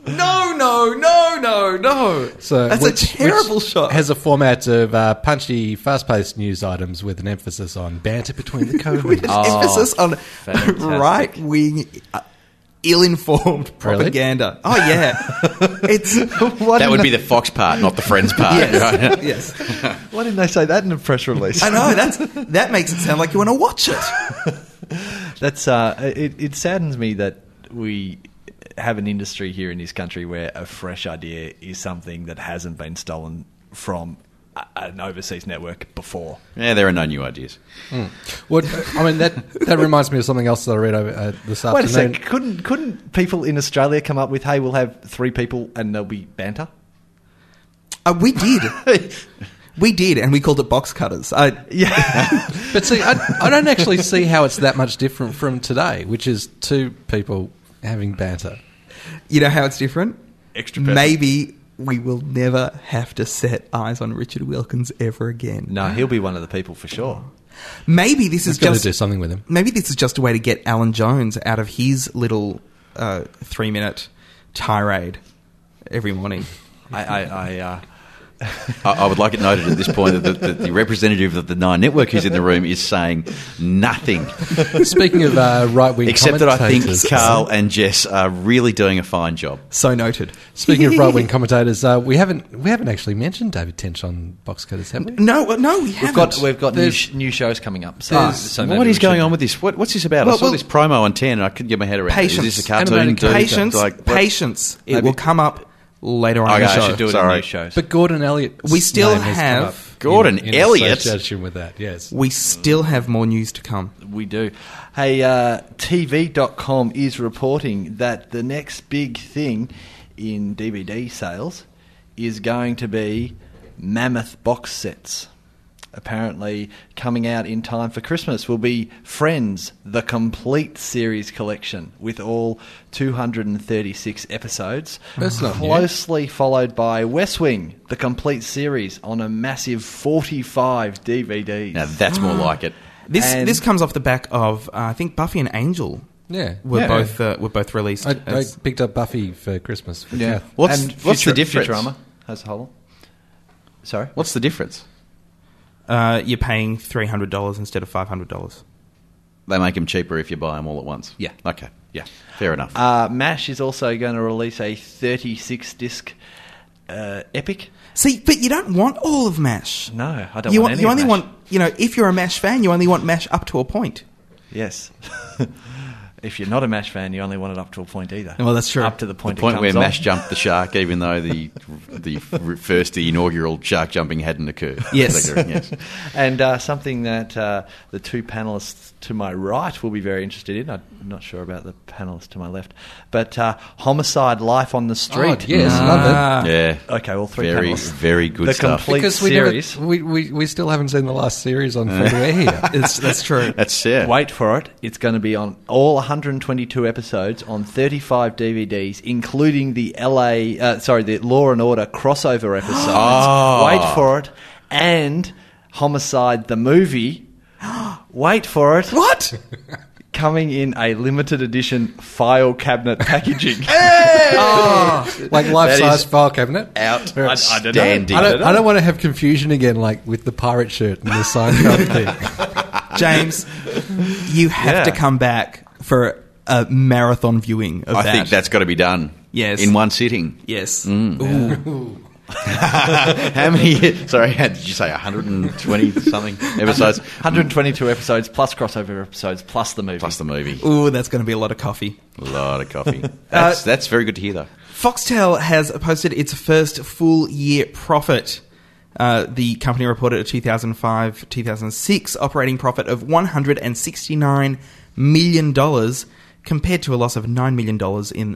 Speaker 2: No, no, no, no, no.
Speaker 1: so
Speaker 2: That's
Speaker 1: which-
Speaker 2: a terrible
Speaker 1: which
Speaker 2: shot.
Speaker 1: Has a format of uh, punchy, fast-paced news items with an emphasis on banter between the co-hosts.
Speaker 2: emphasis
Speaker 1: Oh,
Speaker 2: on
Speaker 3: fantastic.
Speaker 2: right wing, uh, ill informed propaganda. Oh, yeah. it's. What
Speaker 4: That would be the Fox part, not the Friends part. right?
Speaker 2: Yes.
Speaker 3: Why didn't they say that in a press release?
Speaker 2: I know. That's, that makes it sound like you want to watch it.
Speaker 3: That's uh, it, it saddens me that we have an industry here in this country where a fresh idea is something that hasn't been stolen from a, an overseas network before.
Speaker 4: Yeah, there are no new ideas.
Speaker 1: What I mean that that reminds me of something else that I read over, uh, this
Speaker 3: Wait a
Speaker 1: afternoon.
Speaker 3: sec, couldn't couldn't people in Australia come up with, hey, we'll have three people and there'll be banter?
Speaker 2: Uh, we did. We did, and we called it box cutters. I,
Speaker 3: Yeah,
Speaker 1: But see, I, I don't actually see how it's that much different from today, which is two people having banter.
Speaker 2: You know how it's different?
Speaker 4: Extra pepper.
Speaker 2: Maybe we will never have to set eyes on Richard Wilkins ever again.
Speaker 3: no, he'll be one of the people for sure.
Speaker 2: Maybe this is
Speaker 1: He's got to
Speaker 2: just
Speaker 1: do something with him.
Speaker 2: maybe this is just a way to get Alan Jones out of his little uh, three minute tirade every morning.
Speaker 3: I I, I, uh,
Speaker 4: I, I would like it noted at this point that the, the, the representative of the Nine Network who's in the room is saying nothing,
Speaker 1: Speaking of uh, right wing,
Speaker 4: except that I think Carl and Jess are really doing a fine job.
Speaker 2: So noted.
Speaker 1: Speaking of right wing commentators, uh, we haven't we haven't actually mentioned David Tench on Box Cutters, have we?
Speaker 2: No, well, no, we haven't.
Speaker 3: We've got we've got new,
Speaker 1: There's-
Speaker 3: sh- new shows coming up. So,
Speaker 1: There's-
Speaker 3: so maybe
Speaker 4: uh, what
Speaker 3: we
Speaker 4: is going
Speaker 3: should-
Speaker 4: on with this? What, what's this about? I
Speaker 2: Well,
Speaker 4: saw
Speaker 2: well-
Speaker 4: this promo on 10 and I couldn't get my head around
Speaker 2: Patience.
Speaker 4: it. Is this a cartoon?
Speaker 1: Animated
Speaker 4: dude?
Speaker 2: Patience,
Speaker 4: Like, what-
Speaker 2: patience. It
Speaker 4: Maybe-
Speaker 2: will come up later on in
Speaker 4: Okay,
Speaker 2: the
Speaker 4: I
Speaker 2: show.
Speaker 4: should do it.
Speaker 3: Do it in
Speaker 4: Sorry.
Speaker 3: new shows.
Speaker 1: But Gordon Elliott,
Speaker 2: We still
Speaker 1: name has come
Speaker 2: have-
Speaker 1: up in-
Speaker 4: Gordon
Speaker 1: in
Speaker 4: Elliott?
Speaker 1: association with that. Yes,
Speaker 2: We still have more news to come.
Speaker 3: we do. Hey, uh, TV.com is reporting that the next big thing in DVD sales is going to be mammoth box sets. Apparently, coming out in time for Christmas will be Friends, the complete series collection with all 236 episodes.
Speaker 1: That's not new.
Speaker 3: Closely followed by West Wing, the complete series on a massive 45 DVDs.
Speaker 4: Now, that's more like it.
Speaker 2: This
Speaker 3: And-
Speaker 2: this comes off the back of uh, I think Buffy and Angel
Speaker 1: yeah,
Speaker 2: were
Speaker 1: Yeah.
Speaker 2: both uh, were both released.
Speaker 1: I, I
Speaker 2: as-
Speaker 1: picked up Buffy for Christmas. For
Speaker 3: Yeah.
Speaker 1: Kath.
Speaker 4: What's- what's the difference?
Speaker 3: Futurama has a whole. Sorry.
Speaker 4: What's the difference?
Speaker 2: uh, you're paying three hundred dollars instead of five hundred dollars.
Speaker 4: They make them cheaper if you buy them all at once.
Speaker 3: Yeah.
Speaker 4: Okay. Yeah. Fair enough.
Speaker 3: Uh, Mash is also going to release a 36 disc uh, epic.
Speaker 2: See, but you don't want all of Mash.
Speaker 3: No, I don't
Speaker 2: you
Speaker 3: want any
Speaker 2: You
Speaker 3: of
Speaker 2: only
Speaker 3: MASH.
Speaker 2: want you know if you're a Mash fan, you only want Mash up to a point.
Speaker 3: Yes. if you're not a Mash fan, you only want it up to a point either.
Speaker 2: Well, that's true.
Speaker 3: Up to the point.
Speaker 4: the point
Speaker 3: it
Speaker 4: where
Speaker 3: comes
Speaker 4: Mash
Speaker 3: on.
Speaker 4: jumped the shark, even though the the first the inaugural shark jumping hadn't occurred.
Speaker 2: Yes.
Speaker 4: yes.
Speaker 3: And uh, something that uh, the two panelists to my right will be very interested in. I'm not sure about the panelists to my left, but uh, homicide life on the street.
Speaker 1: Oh, yes,
Speaker 4: Mm. Ah.
Speaker 1: love it.
Speaker 4: Yeah.
Speaker 3: Okay, well, three
Speaker 4: Very
Speaker 3: panelists.
Speaker 4: very good
Speaker 3: The
Speaker 4: stuff.
Speaker 3: complete-
Speaker 1: Because we,
Speaker 3: Series.
Speaker 1: never, we, we we still haven't seen the last series on February here.
Speaker 2: It's, that's true.
Speaker 4: That's yeah.
Speaker 3: Wait for it. It's going to be on all 122 episodes on 35 DVDs, including the LA, uh, sorry, the Law and Order crossover episodes.
Speaker 4: Ah.
Speaker 3: Wait for it. And Homicide the movie. Wait for it.
Speaker 2: what?
Speaker 3: Coming in a limited edition file cabinet packaging.
Speaker 1: like life
Speaker 4: is
Speaker 1: size file cabinet.
Speaker 4: Out.
Speaker 1: I-
Speaker 3: I don't know.
Speaker 4: Outstanding.
Speaker 1: I don't, I don't want to have confusion again, like with the pirate shirt and the Seinfeld thing.
Speaker 2: James, you have
Speaker 3: Yeah.
Speaker 2: to come back for a marathon viewing of
Speaker 4: I
Speaker 2: that.
Speaker 4: think that's Mm. got to be done.
Speaker 2: Yes.
Speaker 4: In one sitting.
Speaker 2: yes.
Speaker 4: How many? Sorry, how did you say 120 something episodes
Speaker 3: 122 episodes plus crossover episodes plus the movie.
Speaker 4: plus the movie?
Speaker 2: Ooh, that's going to be a lot of coffee.
Speaker 4: A lot of coffee. That's
Speaker 3: Uh,
Speaker 4: that's very good to hear though.
Speaker 2: Foxtel has posted its first full year profit. Uh, the company reported a 2005 2006 operating profit of $169 million compared to a loss of $9 million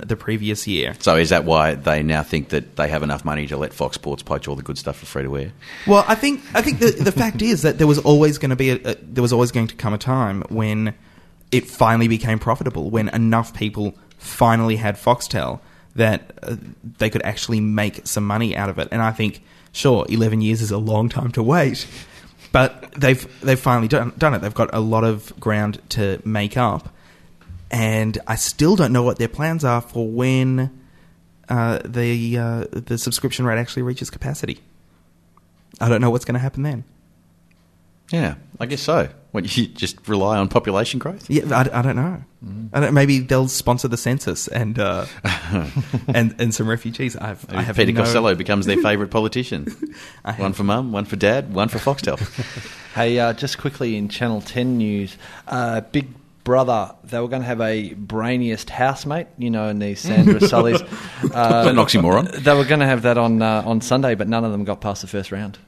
Speaker 2: in the previous year.
Speaker 4: So is that why they now think that they have enough money to let Fox Sports poach all the good stuff for free to wear?
Speaker 2: Well, I think I think the, the fact is that there was always going to be a, a, there was always going to come a time when it finally became profitable when enough people finally had Foxtel that uh, they could actually make some money out of it. And I think sure, 11 years is a long time to wait, but they've they've finally done done it. They've got a lot of ground to make up. And I still don't know what their plans are for when uh, the uh, the subscription rate actually reaches capacity. I don't know what's going to happen then.
Speaker 4: Yeah, I guess so. What you just rely on population growth?
Speaker 2: Yeah, I, I don't know.
Speaker 4: Mm.
Speaker 2: I don't, maybe they'll sponsor the census and uh, and and some refugees. I've, I
Speaker 4: Maybe
Speaker 2: have
Speaker 4: Peter
Speaker 2: no-
Speaker 4: Costello becomes their favourite politician.
Speaker 2: I have-
Speaker 4: one for mum, one for dad, one for Foxtel.
Speaker 3: Hey, uh, just quickly in Channel 10 news, uh, Big Brother, they were going to have a brainiest housemate, you know, in these Sandra Sully's. Uh,
Speaker 4: Is that an oxymoron?
Speaker 3: They were going to have that on uh, on Sunday, but none of them got past the first round.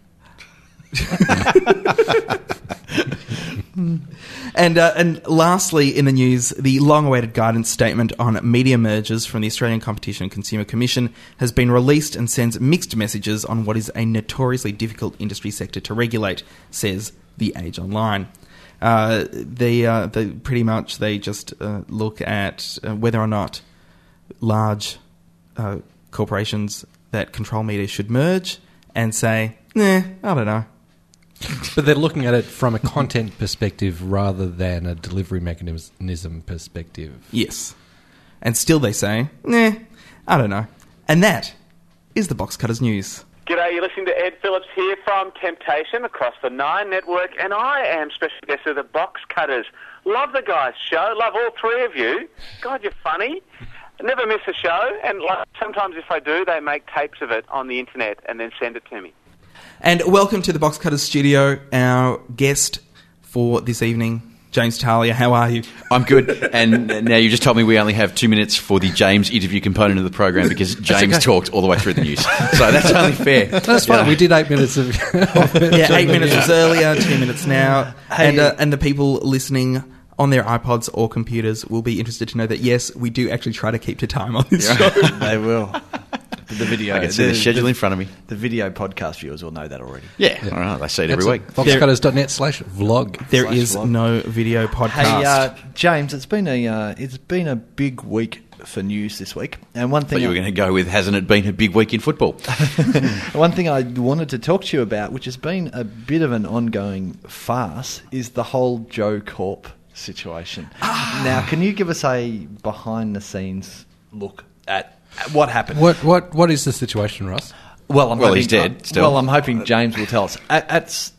Speaker 2: And uh, and lastly, in the news, the long-awaited guidance statement on media mergers from the Australian Competition and Consumer Commission has been released and sends mixed messages on what is a notoriously difficult industry sector to regulate, says the Age Online. Uh, they, uh, they pretty much they just uh, look at uh, whether or not large uh, corporations that control media should merge and say, nah, I don't know.
Speaker 1: But they're looking at it from a content perspective rather than a delivery mechanism perspective.
Speaker 2: Yes. And still they say, nah, I don't know. And that is the box cutters news.
Speaker 6: G'day, you're listening to Ed Phillips here from Temptation across the Nine Network, and I am special guest of the Box Cutters. Love the guys' show, love all three of you. God, you're funny. Never miss a show, and like, sometimes if I do, they make tapes of it on the internet and then send it to me.
Speaker 2: And welcome to the Box Cutters Studio, our guest for this evening, James Talia. How are you?
Speaker 4: I'm good. And now you just told me we only have two minutes for the James interview component of the program because James talked all the way through the news. So that's only fair.
Speaker 1: That's fine. We did eight minutes of.
Speaker 2: yeah, eight minutes was earlier, two minutes now,
Speaker 3: Hey.
Speaker 2: and uh, and the people listening on their iPods or computers will be interested to know that yes, we do actually try to keep to time on this show.
Speaker 3: they will. The video.
Speaker 4: I can see the schedule in front of me.
Speaker 3: The video podcast viewers will know that already.
Speaker 4: Yeah. All right. I say it every week.
Speaker 1: Boxcutters.net slash vlog.
Speaker 2: There
Speaker 3: Slash
Speaker 2: is
Speaker 3: vlog.
Speaker 2: no video podcast.
Speaker 3: Hey, uh, James, it's been a uh, it's been a big week for news this week, and one
Speaker 4: But
Speaker 3: thing
Speaker 4: you were going to go with, hasn't it been a big week in football?
Speaker 3: One thing I wanted to talk to you about, which has been a bit of an ongoing farce, is the whole Joe Corp situation. Now, can you give us a behind the scenes look at at what happened?
Speaker 1: What, what, what is the situation, Ross?
Speaker 3: Well, I'm
Speaker 4: Well,
Speaker 3: hoping,
Speaker 4: he's dead,
Speaker 3: uh,
Speaker 4: still.
Speaker 3: Well, I'm hoping James will tell us. At, at s-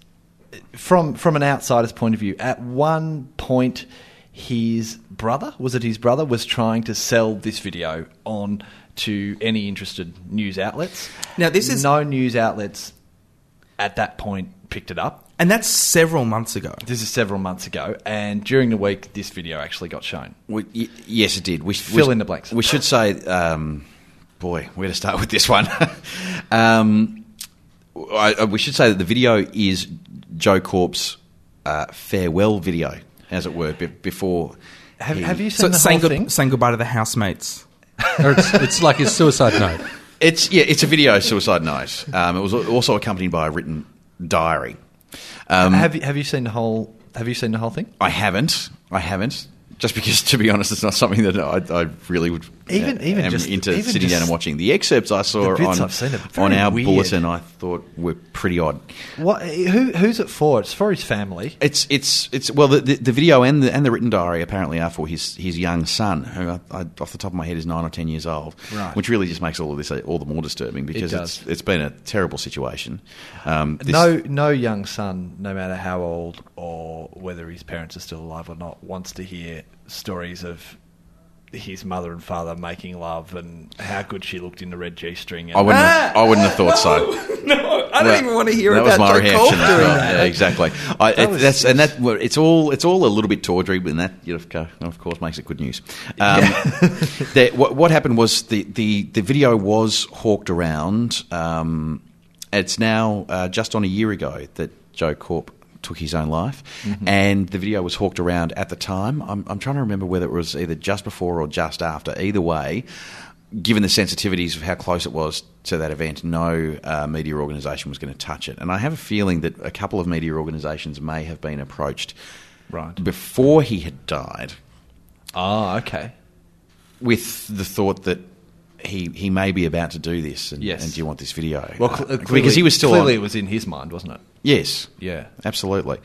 Speaker 3: from from an outsider's point of view, at one point, his brother was it his brother was trying to sell this video on to any interested news outlets.
Speaker 2: Now, this is-
Speaker 3: no news outlets at that point picked it up.
Speaker 2: and that's several months ago.
Speaker 3: This is several months ago, and during the week, this video actually got shown.
Speaker 4: We, y- yes, it did. We,
Speaker 3: Fill
Speaker 4: we-
Speaker 3: in the blanks.
Speaker 4: We should say, um, boy, where to start with this one? um, I, I- we should say that the video is Joe Corp's uh, farewell video, as it were, be, before.
Speaker 3: Have,
Speaker 4: he-
Speaker 3: have you seen
Speaker 2: So
Speaker 3: the
Speaker 2: saying,
Speaker 3: whole
Speaker 2: good-
Speaker 3: thing?
Speaker 2: saying goodbye to the housemates.
Speaker 1: Or it's, it's like his suicide note.
Speaker 4: It's yeah, it's a video suicide note. Um, it was also accompanied by a written diary. Um,
Speaker 3: Have you, have you seen the whole? Have you seen the whole thing?
Speaker 4: I haven't. I haven't. Just because, to be honest, it's not something that I, I really would
Speaker 3: Even-
Speaker 4: uh,
Speaker 3: even
Speaker 4: am
Speaker 3: just-
Speaker 4: into
Speaker 3: even
Speaker 4: sitting
Speaker 3: just
Speaker 4: down and watching. The excerpts I saw
Speaker 3: bits
Speaker 4: on,
Speaker 3: I've seen are
Speaker 4: on
Speaker 3: very
Speaker 4: our
Speaker 3: weird.
Speaker 4: bulletin, I thought were pretty odd.
Speaker 3: What? Who, who's it for? It's for his family.
Speaker 4: It's it's it's well, the, the, the video and the and the written diary apparently are for his his young son, who I, I, off the top of my head is nine or ten years old,
Speaker 3: Right.
Speaker 4: which really just makes all of this uh, all the more disturbing because
Speaker 3: does.
Speaker 4: it's it's been a terrible situation. Um, this-
Speaker 3: no, no young son, no matter how old or whether his parents are still alive or not, wants to hear stories of his mother and father making love and how good she looked in the red g string. Ah!
Speaker 4: I wouldn't have, I wouldn't have thought so.
Speaker 2: No, I don't
Speaker 4: Well,
Speaker 2: even want to hear
Speaker 4: that
Speaker 2: about
Speaker 4: was my
Speaker 2: Joe
Speaker 4: reaction
Speaker 2: Cole
Speaker 4: as
Speaker 2: doing
Speaker 4: well.
Speaker 2: that.
Speaker 4: Yeah, exactly. I, it,
Speaker 3: was-
Speaker 4: that's and that well, it's all it's all a little bit tawdry, but that you know, of course makes it good news. Um, that, what, what happened was the, the, the video was hawked around. Um, it's now uh, just on a year ago that Joe Corp took his own life,
Speaker 2: Mm-hmm.
Speaker 4: and the video was hawked around at the time. I'm, I'm trying to remember whether it was either just before or just after. Either way, given the sensitivities of how close it was to that event, no uh, media organisation was going to touch it. And I have a feeling that a couple of media organisations may have been approached
Speaker 3: Right.
Speaker 4: before he had died
Speaker 3: Ah, okay.
Speaker 4: with the thought that he he may be about to do this, and,
Speaker 3: Yes.
Speaker 4: and do you want this video?
Speaker 3: Well,
Speaker 4: Uh,
Speaker 3: cl- clearly,
Speaker 4: because he was still
Speaker 3: clearly
Speaker 4: on-
Speaker 3: it was in his mind, wasn't it?
Speaker 4: Yes.
Speaker 3: Yeah.
Speaker 4: Absolutely.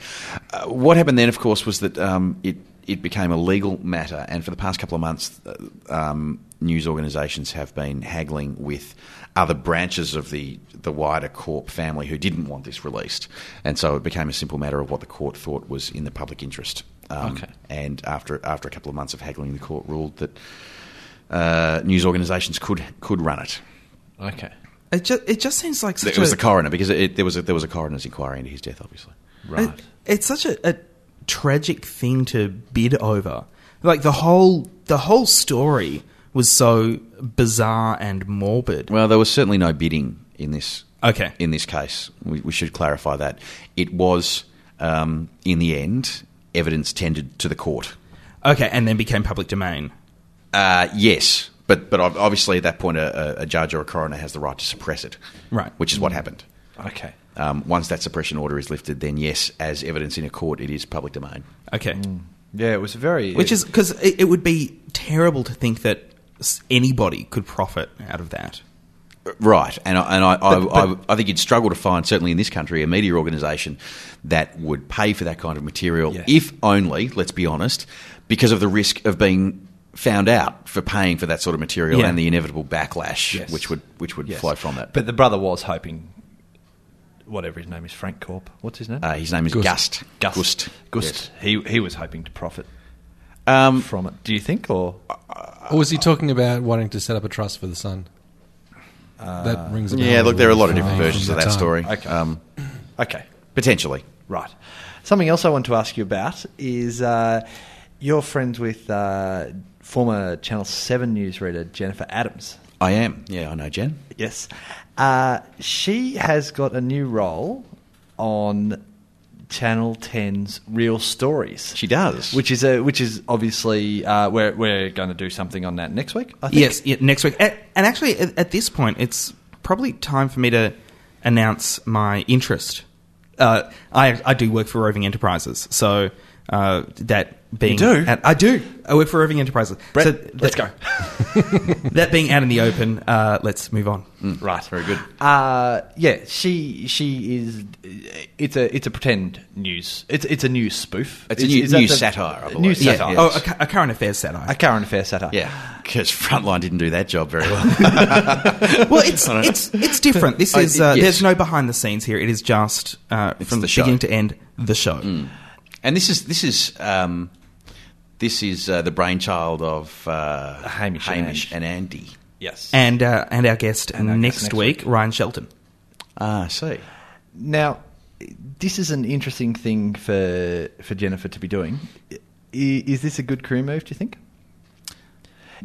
Speaker 4: Uh, what happened then, of course, was that um, it it became a legal matter, and for the past couple of months, uh, um, news organisations have been haggling with other branches of the the wider Corp family who didn't want this released, and so it became a simple matter of what the court thought was in the public interest. Um,
Speaker 3: Okay.
Speaker 4: And after after a couple of months of haggling, the court ruled that. Uh, news organisations could could run it.
Speaker 3: Okay.
Speaker 2: It just, it just seems like such
Speaker 4: It was
Speaker 2: a,
Speaker 4: the coroner because it, there was a, there was a coroner's inquiry into his death, obviously.
Speaker 3: Right.
Speaker 2: It- it's such a, a tragic thing to bid over. Like the whole the whole story was so bizarre and morbid.
Speaker 4: Well, there was certainly no bidding in this.
Speaker 2: Okay.
Speaker 4: In this case, we, we should clarify that it was, um, in the end, evidence tendered to the court.
Speaker 2: Okay, and then became public domain.
Speaker 4: Uh, yes, but but ob- obviously at that point, a, a- a judge or a coroner has the right to suppress it.
Speaker 2: Right.
Speaker 4: Which is what happened.
Speaker 3: okay.
Speaker 4: Um, once that suppression order is lifted, then yes, as evidence in a court, it is public domain.
Speaker 2: Okay.
Speaker 3: Yeah, it was very.
Speaker 2: Which is because it, it would be terrible to think that s- anybody could profit out of that.
Speaker 4: Right, and I, and I,
Speaker 2: But-
Speaker 4: I,
Speaker 2: but-
Speaker 4: I, I think you'd struggle to find, certainly in this country, a media organisation that would pay for that kind of material,
Speaker 3: Yeah.
Speaker 4: if only, let's be honest, because of the risk of being found out for paying for that sort of material
Speaker 2: Yeah.
Speaker 4: and the inevitable backlash
Speaker 3: Yes.
Speaker 4: which would which would
Speaker 3: Yes.
Speaker 4: flow from that.
Speaker 3: But the brother was hoping whatever his name is, Frank Corp. What's his name?
Speaker 4: Uh, his name is Gust.
Speaker 3: Gust.
Speaker 4: Gust.
Speaker 3: Gust. He he was hoping to profit
Speaker 4: Um,
Speaker 3: from it. Do you think, or
Speaker 1: Or was he talking about wanting to set up a trust for the son?
Speaker 4: Uh,
Speaker 1: that rings a bell.
Speaker 4: yeah, look, there are a lot of different
Speaker 1: Oh, From
Speaker 4: versions of
Speaker 1: the
Speaker 4: that
Speaker 1: time.
Speaker 4: story.
Speaker 3: Okay.
Speaker 4: Um,
Speaker 3: okay,
Speaker 4: potentially.
Speaker 3: right? Something else I want to ask you about is uh, you're friends with uh, former Channel Seven newsreader Jennifer Adams.
Speaker 4: I am. Yeah, I know, Jen.
Speaker 3: Yes. Uh, she has got a new role on Channel 10's Real Stories.
Speaker 4: She does.
Speaker 3: Which is a which is obviously uh, we're we're going to do something on that next week. I think.
Speaker 2: Yes, yeah, next week. A- And actually, at, at this point, it's probably time for me to announce my interest. Uh, I I do work for Roving Enterprises, so uh, that being
Speaker 3: do?
Speaker 2: out- I do. I work for Roving Enterprises.
Speaker 3: Brett,
Speaker 2: so
Speaker 3: let's
Speaker 2: that- that being out in the open, uh, let's move on.
Speaker 3: Right.
Speaker 4: Very good.
Speaker 3: Uh, yeah, she she is. It's a it's a pretend news. It's it's a news spoof.
Speaker 4: It's a new-
Speaker 3: is that
Speaker 4: news
Speaker 3: the-
Speaker 4: satire, I believe.
Speaker 3: News
Speaker 4: Yeah,
Speaker 3: satire.
Speaker 4: yeah.
Speaker 2: Oh, a, cu- a current affairs satire.
Speaker 3: Oh, a current affair satire.
Speaker 4: Yeah, because Frontline didn't do that job very well.
Speaker 2: well, it's it's it's different. This
Speaker 4: I-
Speaker 2: is uh,
Speaker 4: yes.
Speaker 2: there's no behind the scenes here. It is just uh, from
Speaker 4: the
Speaker 2: the
Speaker 4: show.
Speaker 2: beginning to end the show.
Speaker 3: Mm.
Speaker 4: and this is this is um, this is uh, the brainchild of uh,
Speaker 3: Hamish and
Speaker 4: and Andy.
Speaker 3: Yes.
Speaker 2: And uh, and our guest
Speaker 3: our guest
Speaker 2: next,
Speaker 3: next
Speaker 2: week, Ryan Shelton.
Speaker 4: Ah, I see.
Speaker 3: Now, this is an interesting thing for for Jennifer to be doing. I- Is this a good career move? Do you think?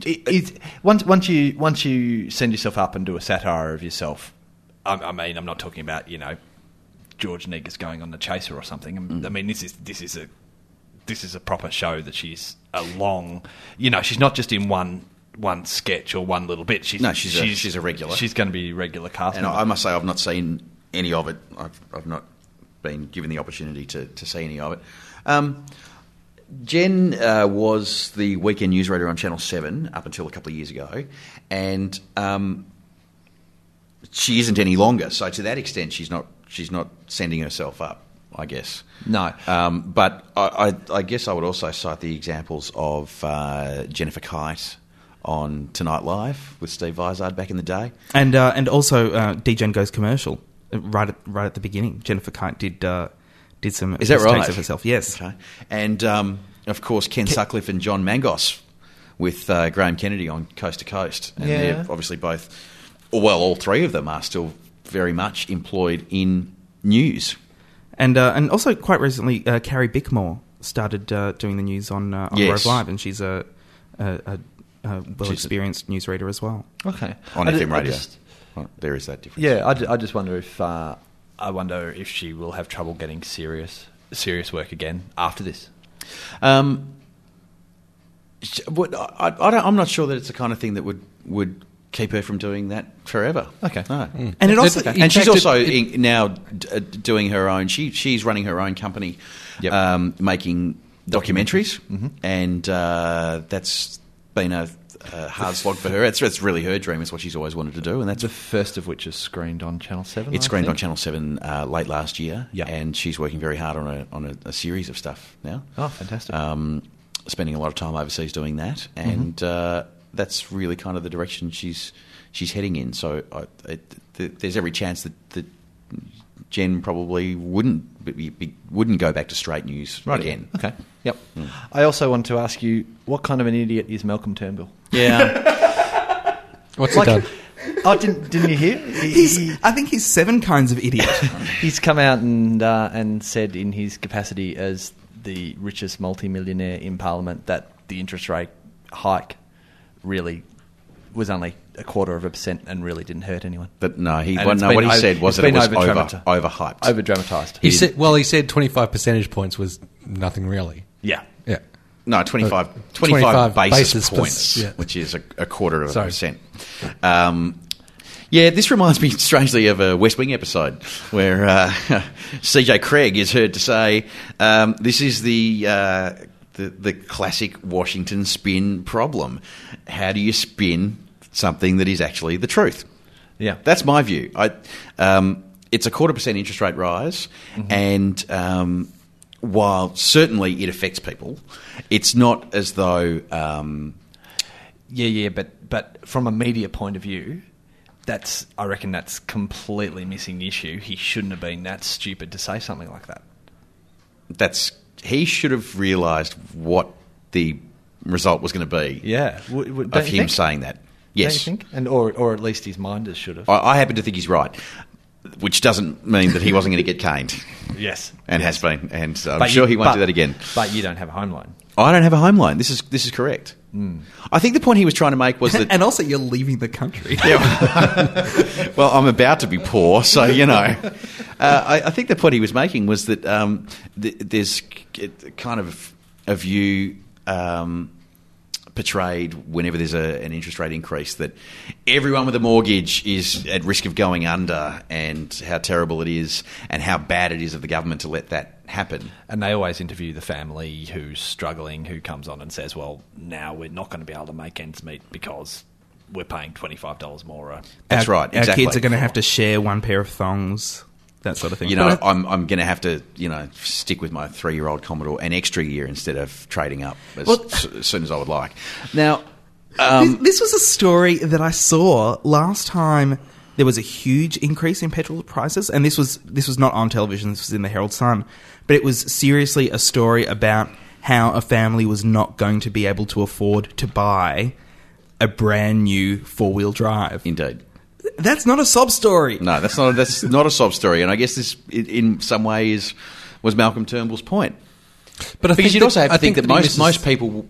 Speaker 3: I- Is, once once you once you send yourself up and do a satire of yourself, I, I mean, I'm not talking about you know George Negus going on the Chaser or something. I
Speaker 4: Mm.
Speaker 3: mean, this is this is a this is a proper show that she's a long, you know, she's not just in one one sketch or one little bit. She's
Speaker 4: No, she's a- she's a regular.
Speaker 3: She's going to be a regular cast.
Speaker 4: And
Speaker 3: member.
Speaker 4: I, I must say, I've not seen any of it. I've, I've not been given the opportunity to, to see any of it. Um, Jen uh, was the weekend newsreader on Channel 7 up until a couple of years ago, and um, she isn't any longer. So, to that extent, she's not, she's not sending herself up, I guess.
Speaker 3: No.
Speaker 4: Um, but I, I, I guess I would also cite the examples of uh, Jennifer Kite on Tonight Live with Steve Vizard back in the day.
Speaker 2: And uh, and also uh, DJN goes commercial uh, right at, right at the beginning. Jennifer Kite did uh, did some
Speaker 4: Is that
Speaker 2: mistakes
Speaker 4: right?
Speaker 2: of herself. Yes.
Speaker 4: Okay. And um, of course, Ken Sutcliffe and John Mangos with uh, Graham Kennedy on Coast to Coast, and
Speaker 3: Yeah.
Speaker 4: they're obviously both, well, all three of them are still very much employed in news.
Speaker 2: And uh, and also quite recently, uh, Carrie Bickmore started uh, doing the news on, uh, on Rove
Speaker 4: Yes.
Speaker 2: Live, and she's a, a, a, a well
Speaker 4: She's-
Speaker 2: experienced newsreader as well.
Speaker 3: okay.
Speaker 4: on
Speaker 3: I ju-
Speaker 4: FM
Speaker 3: I
Speaker 4: radio.
Speaker 3: just-
Speaker 4: Well, there is that difference.
Speaker 3: Yeah, I, ju- I just wonder if uh, I wonder if she will have trouble getting serious serious work again after this.
Speaker 4: Um, sh- what, I, I don't, I'm not sure that it's the kind of thing that would would keep her from doing that forever.
Speaker 3: Okay.
Speaker 4: No.
Speaker 2: And it also
Speaker 4: and
Speaker 2: in
Speaker 4: she's
Speaker 2: fact, it-
Speaker 4: also
Speaker 2: it-
Speaker 4: in, now d- uh, doing her own. She she's running her own company,
Speaker 3: Yep.
Speaker 4: um, making documentaries, and uh, that's been a, a hard slog for her. It's, it's really her dream. It's what she's always wanted to do, and that's
Speaker 3: The first of which is screened on Channel Seven.
Speaker 4: it's
Speaker 3: I
Speaker 4: screened on
Speaker 3: think.
Speaker 4: Channel Seven uh, late last year,
Speaker 3: Yeah.
Speaker 4: and she's working very hard on a on a, a series of stuff now.
Speaker 3: Oh, fantastic.
Speaker 4: Um, spending a lot of time overseas doing that,
Speaker 3: Mm-hmm.
Speaker 4: and uh, that's really kind of the direction she's she's heading in. So I, it, th- there's every chance that, that Jen probably wouldn't be, be, wouldn't go back to straight news again.
Speaker 3: Okay. Yep. I also want to ask you, what kind of an idiot is Malcolm Turnbull?
Speaker 4: Yeah,
Speaker 1: What's
Speaker 3: Like-
Speaker 1: he done?
Speaker 3: Oh, didn't didn't you hear? He- he-
Speaker 2: He's, I think he's seven kinds of idiot.
Speaker 3: he's come out and uh, and said in his capacity as the richest multimillionaire in Parliament that the interest rate hike really was only a quarter of a percent and really didn't hurt anyone.
Speaker 4: but no, he
Speaker 3: And
Speaker 4: well,
Speaker 3: it's
Speaker 4: no,
Speaker 3: been
Speaker 4: what he
Speaker 3: o-
Speaker 4: said was
Speaker 3: it's
Speaker 4: that it
Speaker 3: been
Speaker 4: was over,
Speaker 3: over-dramati-
Speaker 4: overhyped.
Speaker 3: Over dramatised.
Speaker 1: He said, well, he said 25 percentage points was nothing really.
Speaker 3: Yeah.
Speaker 1: Yeah.
Speaker 4: No, 25, 25 basis,
Speaker 1: 25 Uh, basis
Speaker 4: points,
Speaker 1: points, yeah.
Speaker 4: which is a, a quarter of
Speaker 1: Sorry.
Speaker 4: a percent. Um, yeah, this reminds me strangely of a West Wing episode where uh, CJ Craig is heard to say, um, "This is the." Uh, the, the classic Washington spin problem. How do you spin something that is actually the truth?
Speaker 3: Yeah.
Speaker 4: That's my view. I, um, it's a quarter percent interest rate rise,
Speaker 3: Mm-hmm.
Speaker 4: and um, while certainly it affects people, it's not as though um,
Speaker 3: Yeah, yeah, but but from a media point of view, that's I reckon that's completely missing the issue. He shouldn't have been that stupid to say something like that.
Speaker 4: That's he should have realised what the result was going to be
Speaker 3: Yeah, w- w- don't
Speaker 4: of
Speaker 3: you
Speaker 4: him
Speaker 3: think?
Speaker 4: saying that.
Speaker 3: Don't you
Speaker 4: Yes,
Speaker 3: think? and or or at least his minders should have.
Speaker 4: I, I happen to think he's right, which doesn't mean that he wasn't going to get caned
Speaker 3: Oh, yes,
Speaker 4: and
Speaker 3: yes.
Speaker 4: has been, and so I'm
Speaker 3: But you-
Speaker 4: sure he won't
Speaker 3: but-
Speaker 4: do that again.
Speaker 3: But you don't have a home loan.
Speaker 4: I don't have a home loan. This is this is correct.
Speaker 3: Hmm.
Speaker 4: I think the point he was trying to make was that
Speaker 2: and also, you're leaving the country.
Speaker 4: well, I'm about to be poor, so you know. Uh, I, I think the point he was making was that um, th- there's k- kind of a view um, portrayed whenever there's a, an interest rate increase that everyone with a mortgage is at risk of going under, and how terrible it is, and how bad it is of the government to let that happen.
Speaker 3: And they always interview the family who's struggling, who comes on and says, "Well, now we're not going to be able to make ends meet because we're paying twenty five dollars more." uh,
Speaker 4: That's
Speaker 2: Our-
Speaker 4: right.
Speaker 2: Our
Speaker 4: Exactly.
Speaker 2: kids are going to have to share one pair of thongs, that sort of thing.
Speaker 4: You know, I'm, I'm going to have to, you know, stick with my three year old Commodore an extra year instead of trading up as,
Speaker 2: Well-
Speaker 4: s- as soon as I would like. Now,
Speaker 2: This- this was a story that I saw last time. There was a huge increase in petrol prices, and this was this was not on television. This was in the Herald Sun, but it was seriously a story about how a family was not going to be able to afford to buy a brand new four wheel drive.
Speaker 4: indeed.
Speaker 2: That's not a sob story.
Speaker 4: No, that's not, that's not a sob story. And I guess this, i- in some way, is, was Malcolm Turnbull's point.
Speaker 1: But I
Speaker 4: Because you'd
Speaker 1: that-
Speaker 4: also have
Speaker 1: I
Speaker 4: to think, that,
Speaker 1: he
Speaker 4: most,
Speaker 1: misses-
Speaker 4: most people.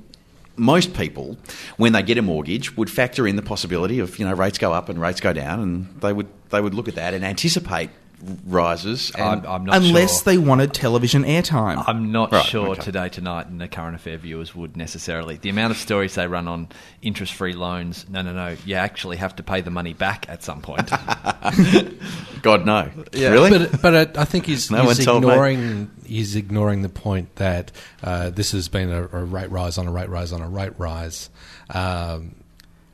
Speaker 4: Most people, when they get a mortgage, would factor in the possibility of you know rates go up and rates go down, and they would they would look at that and anticipate rises.
Speaker 3: I'm,
Speaker 4: And
Speaker 3: I'm not
Speaker 2: Unless
Speaker 3: sure.
Speaker 2: they wanted television airtime.
Speaker 3: I'm not
Speaker 4: Right,
Speaker 3: sure
Speaker 4: okay.
Speaker 3: today, tonight, and the current affair viewers would necessarily. The amount of stories they run on interest free loans, no, no, no, you actually have to pay the money back at some point.
Speaker 4: God no, really?
Speaker 1: But, but I, I think he's,
Speaker 4: No one
Speaker 1: he's
Speaker 4: told me.
Speaker 1: ignoring he's ignoring the point that uh, this has been a, a rate rise on a rate rise on a rate rise um,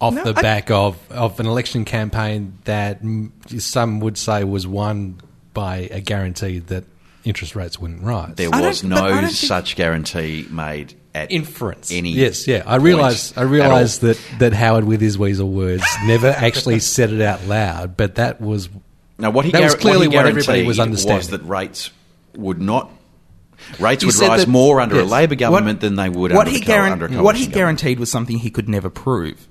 Speaker 1: off
Speaker 2: No,
Speaker 1: the
Speaker 2: I-
Speaker 1: back of, of an election campaign that mm, some would say was won by a guarantee that interest rates wouldn't rise.
Speaker 4: There
Speaker 2: I don't-
Speaker 4: was
Speaker 2: but I don't
Speaker 4: no
Speaker 2: think-
Speaker 4: such guarantee made at
Speaker 1: Inference.
Speaker 4: Any
Speaker 1: yes, yeah. I
Speaker 4: point
Speaker 1: realize. I
Speaker 4: at
Speaker 1: realize
Speaker 4: all.
Speaker 1: that, that Howard, with his weasel words, never actually said it out loud. But that was
Speaker 4: Now, what he
Speaker 1: that was
Speaker 4: guar-
Speaker 1: clearly
Speaker 4: what,
Speaker 1: what everybody was
Speaker 4: was
Speaker 1: understanding.
Speaker 4: was that rates would not rates
Speaker 2: He
Speaker 4: would
Speaker 2: said
Speaker 4: rise
Speaker 2: that-
Speaker 4: more under a
Speaker 1: yes.
Speaker 4: Labor government
Speaker 2: What-
Speaker 4: than they would
Speaker 2: what
Speaker 4: under,
Speaker 2: he
Speaker 4: the co-
Speaker 2: guaran-
Speaker 4: under a
Speaker 2: What he
Speaker 4: coalition government.
Speaker 2: guaranteed was something he could never prove.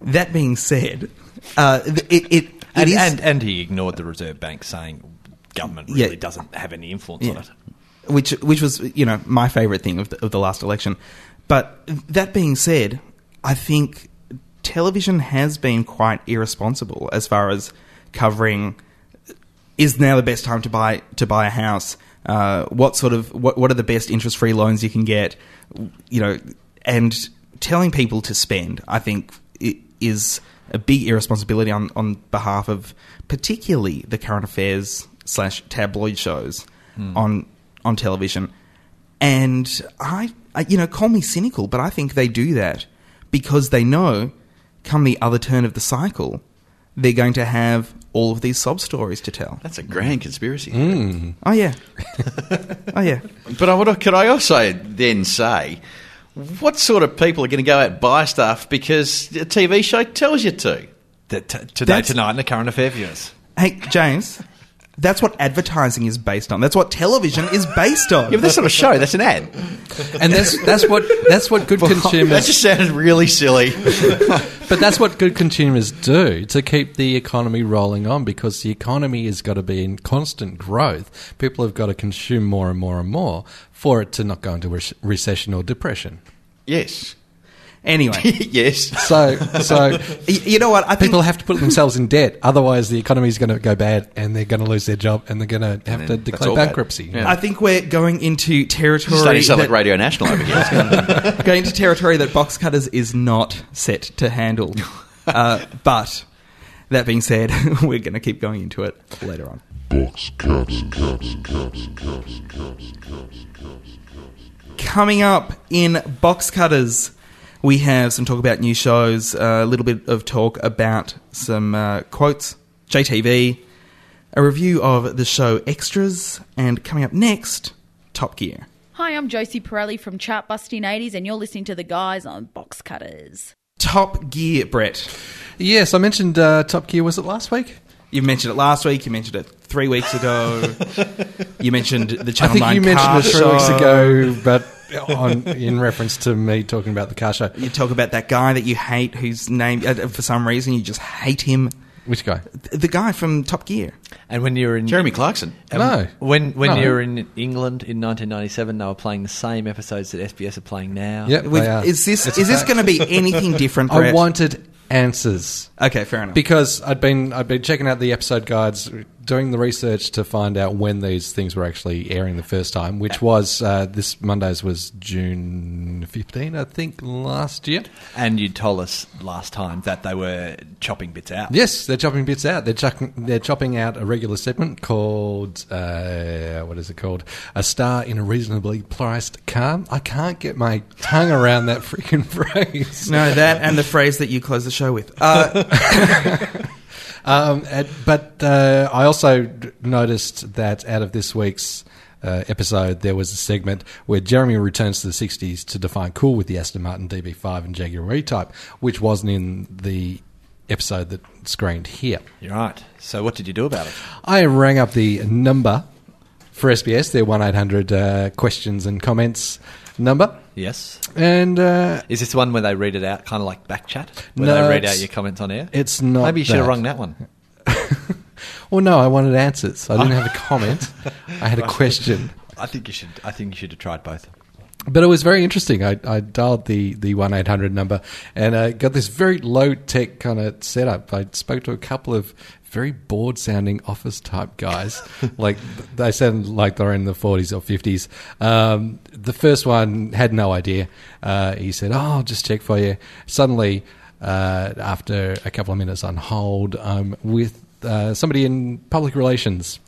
Speaker 2: That being said, uh, th- it, it, it
Speaker 3: and,
Speaker 2: is-
Speaker 3: and, and he ignored the Reserve Bank saying government
Speaker 2: Yeah.
Speaker 3: really doesn't have any influence on
Speaker 2: Yeah.
Speaker 3: it.
Speaker 2: which which was you know my favorite thing of the, of the last election. But that being said, I think television has been quite irresponsible as far as covering is now the best time to buy to buy a house. Uh, what sort of what what are the best interest free loans you can get? You know, and telling people to spend, I think, i- is a big irresponsibility on on behalf of particularly the current affairs slash tabloid shows on on television. And I, I, you know, call me cynical, but I think they do that because they know, come the other turn of the cycle, they're going to have all of these sob stories to tell.
Speaker 4: That's a grand conspiracy.
Speaker 2: Oh yeah. oh yeah.
Speaker 4: But I would, could I also then say, what sort of people are going to go out and buy stuff because a TV show tells you to?
Speaker 3: That t- today,
Speaker 2: That's-
Speaker 3: tonight, and the current affair viewers.
Speaker 2: Hey James, that's what advertising is based on. That's what television is based on.
Speaker 4: Yeah, but that's not a show. That's an ad.
Speaker 1: and that's that's what that's what good
Speaker 4: That
Speaker 1: consumers
Speaker 4: just sounded really silly.
Speaker 1: but that's what good consumers do to keep the economy rolling on because the economy has got to be in constant growth people have got to consume more and more and more for it to not go into re- recession or depression
Speaker 4: yes.
Speaker 2: Anyway,
Speaker 4: yes.
Speaker 1: so so
Speaker 2: y- you know what? I think
Speaker 1: people have to put themselves in debt otherwise the economy is going to go bad and they're going to lose their job and they're going to have
Speaker 4: then
Speaker 1: to
Speaker 4: that's all
Speaker 1: declare
Speaker 4: bad.
Speaker 1: bankruptcy
Speaker 4: Yeah.
Speaker 2: I think we're going into territory
Speaker 4: Starting to sound
Speaker 2: that-
Speaker 4: like Radio National over here.
Speaker 2: going to territory that box cutters is not set to handle. Uh, but that being said, we're going to keep going into it later on.
Speaker 5: Box cutters, cutters, cutters, cutters, cutters, cutters, cutters.
Speaker 2: Coming up in Box Cutters, we have some talk about new shows, a little bit of talk about some uh, quotes, JTV, a review of the show Extras, and coming up next, Top Gear.
Speaker 7: Hi, I'm Josie Pirelli from Chartbusting 80s, and you're listening to The Guys on Box Cutters.
Speaker 2: Top Gear, Brett.
Speaker 1: Yes, I mentioned uh, Top Gear. Was it last week?
Speaker 2: You mentioned it last week. You mentioned it three weeks ago. you mentioned the
Speaker 1: I
Speaker 2: Channel
Speaker 1: think
Speaker 2: Nine.
Speaker 1: you mentioned
Speaker 2: car
Speaker 1: it three weeks
Speaker 2: show.
Speaker 1: ago, but on, in reference to me talking about the car show.
Speaker 2: You talk about that guy that you hate, whose name uh, for some reason you just hate him.
Speaker 1: Which guy?
Speaker 2: Th- The guy from Top Gear.
Speaker 3: And when you're in
Speaker 4: Jeremy Clarkson.
Speaker 3: and
Speaker 1: No.
Speaker 3: when when
Speaker 1: No.
Speaker 3: you were in England in 1997, they were playing the same episodes that SBS are playing now.
Speaker 1: Yep,
Speaker 2: With-
Speaker 1: they are.
Speaker 2: Is this
Speaker 1: It's a
Speaker 2: is this
Speaker 1: fact.
Speaker 2: going to be anything different?
Speaker 1: I
Speaker 2: Brett?
Speaker 1: wanted answers
Speaker 2: Okay, fair enough.
Speaker 1: because I'd been I'd been checking out the episode guides, doing the research to find out when these things were actually airing the first time, which was uh, this Monday's was June 15, I think, last year.
Speaker 3: And you told us last time that they were chopping bits out.
Speaker 1: Yes, they're chopping bits out. They're chucking, they're chopping out a regular segment called uh, what is it called? A star in a reasonably priced car. I can't get my tongue around that freaking phrase.
Speaker 2: no, that and the phrase that you close the show with. Uh,
Speaker 1: Um, and- but uh, I also d- noticed that out of this week's uh, episode, there was a segment where Jeremy returns to the 60s to define cool with the Aston Martin DB5 and Jaguar E Type, which wasn't in the episode that screened here.
Speaker 3: You're right. So what did you do about it?
Speaker 1: I rang up the number for SBS, their 1 800 uh, questions and comments number.
Speaker 3: Yes.
Speaker 1: And uh,
Speaker 3: Is this the one where they read it out, kind of like back chat, where
Speaker 1: No,
Speaker 3: they read
Speaker 1: it's-
Speaker 3: out your comments on air?
Speaker 1: it's not.
Speaker 3: Maybe you should have
Speaker 1: that.
Speaker 3: rung that one.
Speaker 1: Well, no, I wanted answers. I didn't have a comment, I had a question.
Speaker 3: I think you should. I think you should have tried both.
Speaker 1: But it was very interesting. I, I dialed the the one eight hundred number and I got this very low tech kind of setup. I spoke to a couple of very bored sounding office type guys. like they sound like they're in the forties or fifties. Um, the first one had no idea. Uh, he said, "Oh, I'll just check for you." Suddenly, uh, after a couple of minutes on hold, I'm with uh, somebody in public relations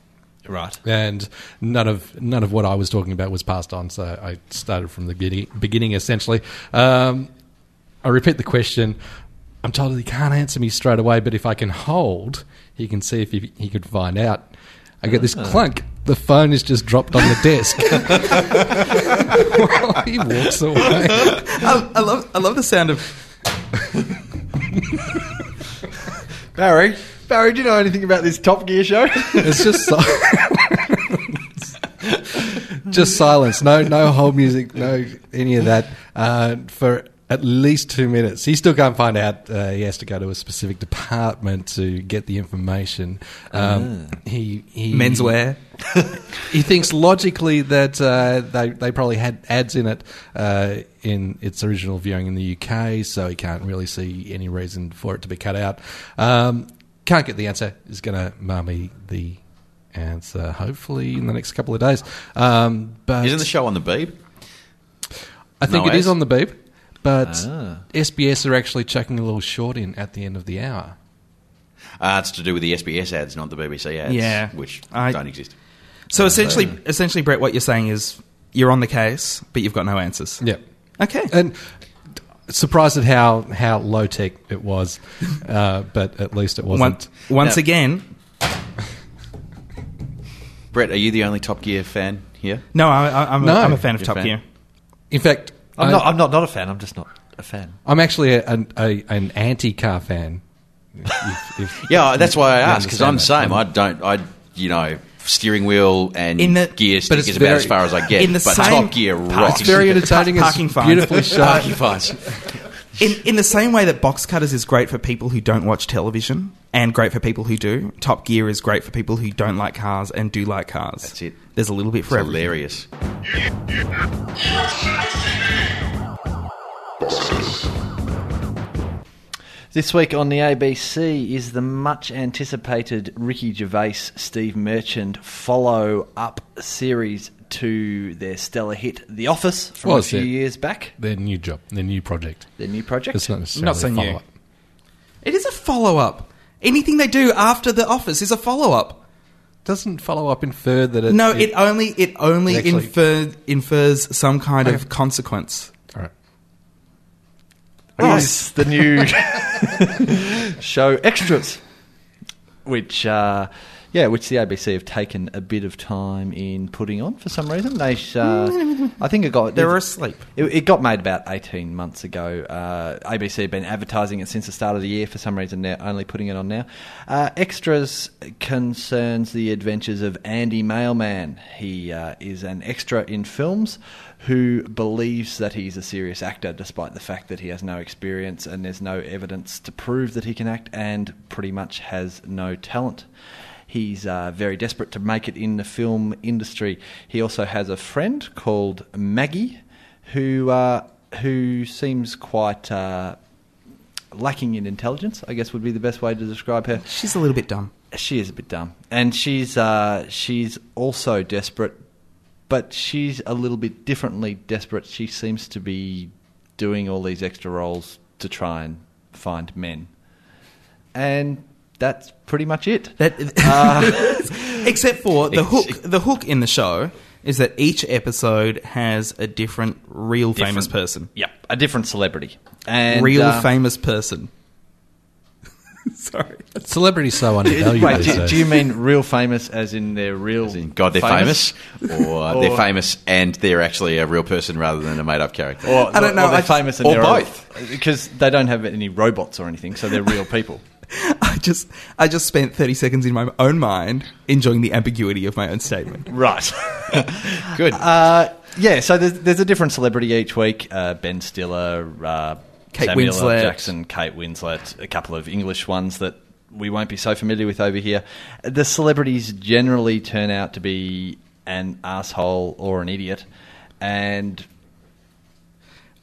Speaker 3: Right.
Speaker 1: and none of none of what I was talking about was passed on. So I started from the beginning, beginning essentially. Um, I repeat the question. I'm told he can't answer me straight away, but if I can hold, he can see if he, he could find out. I get this clunk. The phone is just dropped on the desk. While he walks away.
Speaker 2: I, I love I love the sound of
Speaker 3: Barry, Barry, do you know anything about this Top Gear show?
Speaker 1: It's just si- just silence. No, no whole music. No any of that uh, for at least two minutes. He still can't find out. Uh, he has to go to a specific department to get the information. Um, he, he
Speaker 2: menswear.
Speaker 1: he thinks logically that uh, they they probably had ads in it uh, in its original viewing in the UK, so he can't really see any reason for it to be cut out. Um, can't get the answer. Is going to mummy the answer. Hopefully in the next couple of days. Um, but
Speaker 4: Isn't the show on the Beeb?
Speaker 1: I think
Speaker 4: no
Speaker 1: it is
Speaker 4: ads?
Speaker 1: on the beep. But
Speaker 3: Ah.
Speaker 1: SBS are actually chucking a little short in at the end of the hour.
Speaker 4: Uh, it's to do with the SBS ads, not the BBC ads,
Speaker 2: Yeah.
Speaker 4: which
Speaker 2: I-
Speaker 4: don't exist.
Speaker 2: So essentially, essentially, Brett, what you're saying is you're on the case, but you've got no answers.
Speaker 1: Yep.
Speaker 2: Okay.
Speaker 1: and surprised at how how low tech it was, uh, but at least it wasn't.
Speaker 2: once once
Speaker 4: Yeah.
Speaker 2: again,
Speaker 4: Brett, are you the only Top Gear fan here?
Speaker 2: no, I, I, I'm,
Speaker 1: No.
Speaker 2: a, I'm a fan of
Speaker 4: You're a
Speaker 2: Top
Speaker 4: fan.
Speaker 2: Gear.
Speaker 1: In fact,
Speaker 3: I'm
Speaker 1: I-
Speaker 3: not. I'm not, not a fan. I'm just not a fan.
Speaker 1: I'm actually a, an, a, an anti-car fan. If- if-
Speaker 4: Yeah, that's why I
Speaker 1: you
Speaker 4: asked because I'm the
Speaker 1: understand
Speaker 4: same. I don't. I you know steering wheel and
Speaker 2: In the-
Speaker 4: gear stick
Speaker 1: But it's
Speaker 4: is about as
Speaker 1: very-
Speaker 4: far as I get.
Speaker 2: in the
Speaker 4: but
Speaker 2: same
Speaker 4: Top Gear
Speaker 2: part-
Speaker 4: rocks.
Speaker 1: it's very entertaining.
Speaker 2: Pa-
Speaker 1: It's
Speaker 2: parking fine.
Speaker 1: beautifully shot.
Speaker 4: Parking fines.
Speaker 2: In in the same way that box cutters is great for people who don't watch television and great for people who do, Top Gear is great for people who don't like cars and do like cars.
Speaker 4: That's it.
Speaker 2: There's a little bit for everything.
Speaker 4: Hilarious.
Speaker 3: This week on the ABC is the much anticipated Ricky Gervais Steve Merchant follow up series to their stellar hit The Office from a
Speaker 1: Was
Speaker 3: few
Speaker 1: it?
Speaker 3: years back.
Speaker 1: Their new job, their new project.
Speaker 3: Their new project.
Speaker 1: It's not necessarily
Speaker 2: Not
Speaker 1: a
Speaker 2: so new.
Speaker 1: follow-up.
Speaker 2: It is a follow up. Anything they do after The Office is a follow up.
Speaker 1: Doesn't follow up infer that it,
Speaker 2: No, it only it only
Speaker 1: Next week.
Speaker 2: infer, infers some kind
Speaker 1: Okay.
Speaker 2: of consequence.
Speaker 1: All right.
Speaker 3: Yes, the new show Extras, which uh, Yeah, which the ABC have taken a bit of time in putting on for some reason. They, sh- uh, I think it got
Speaker 2: They were asleep.
Speaker 3: It, it got made about eighteen months ago. Uh, ABC have been advertising it since the start of the year. For some reason, they're only putting it on now. Uh, extras concerns the adventures of Andy Mailman. He uh, is an extra in films who believes that he's a serious actor, despite the fact that he has no experience and there's no evidence to prove that he can act, and pretty much has no talent. He's uh, very desperate to make it in the film industry. He also has a friend called Maggie, who uh, who seems quite uh, lacking in intelligence. I guess would be the best way to describe her.
Speaker 2: She's a little bit dumb.
Speaker 3: She is a bit dumb, and she's uh, she's also desperate, but she's a little bit differently desperate. She seems to be doing all these extra roles to try and find men, and that's pretty much it.
Speaker 2: That, except for the hook. The hook in the show is that each episode has a different real famous
Speaker 3: Different-
Speaker 2: person.
Speaker 3: Yep, a different celebrity and
Speaker 2: real
Speaker 3: uh,
Speaker 2: famous person. Sorry.
Speaker 1: Celebrity's so undervalued.
Speaker 3: Wait,
Speaker 1: these
Speaker 3: do,
Speaker 1: days.
Speaker 3: do you mean real famous as in they're real?
Speaker 4: As in, God, they're famous, or, uh,
Speaker 3: Or-
Speaker 4: they're famous and they're actually a real person rather than a made-up character.
Speaker 3: Or,
Speaker 2: I don't know,
Speaker 3: Or they're
Speaker 2: I-
Speaker 3: famous and
Speaker 4: or
Speaker 3: they're
Speaker 4: both.
Speaker 3: because they don't have any robots or anything, so they're real people.
Speaker 2: I just I just spent 30 seconds in my own mind enjoying the ambiguity of my own statement.
Speaker 3: Right.
Speaker 4: Good.
Speaker 3: Uh, yeah, so there's, there's a different celebrity each week. Uh, ben Stiller, uh,
Speaker 2: Kate
Speaker 3: Samuel L.
Speaker 2: Winslet.
Speaker 3: Jackson, Kate Winslet, a couple of English ones that we won't be so familiar with over here. The celebrities generally turn out to be an asshole or an idiot, and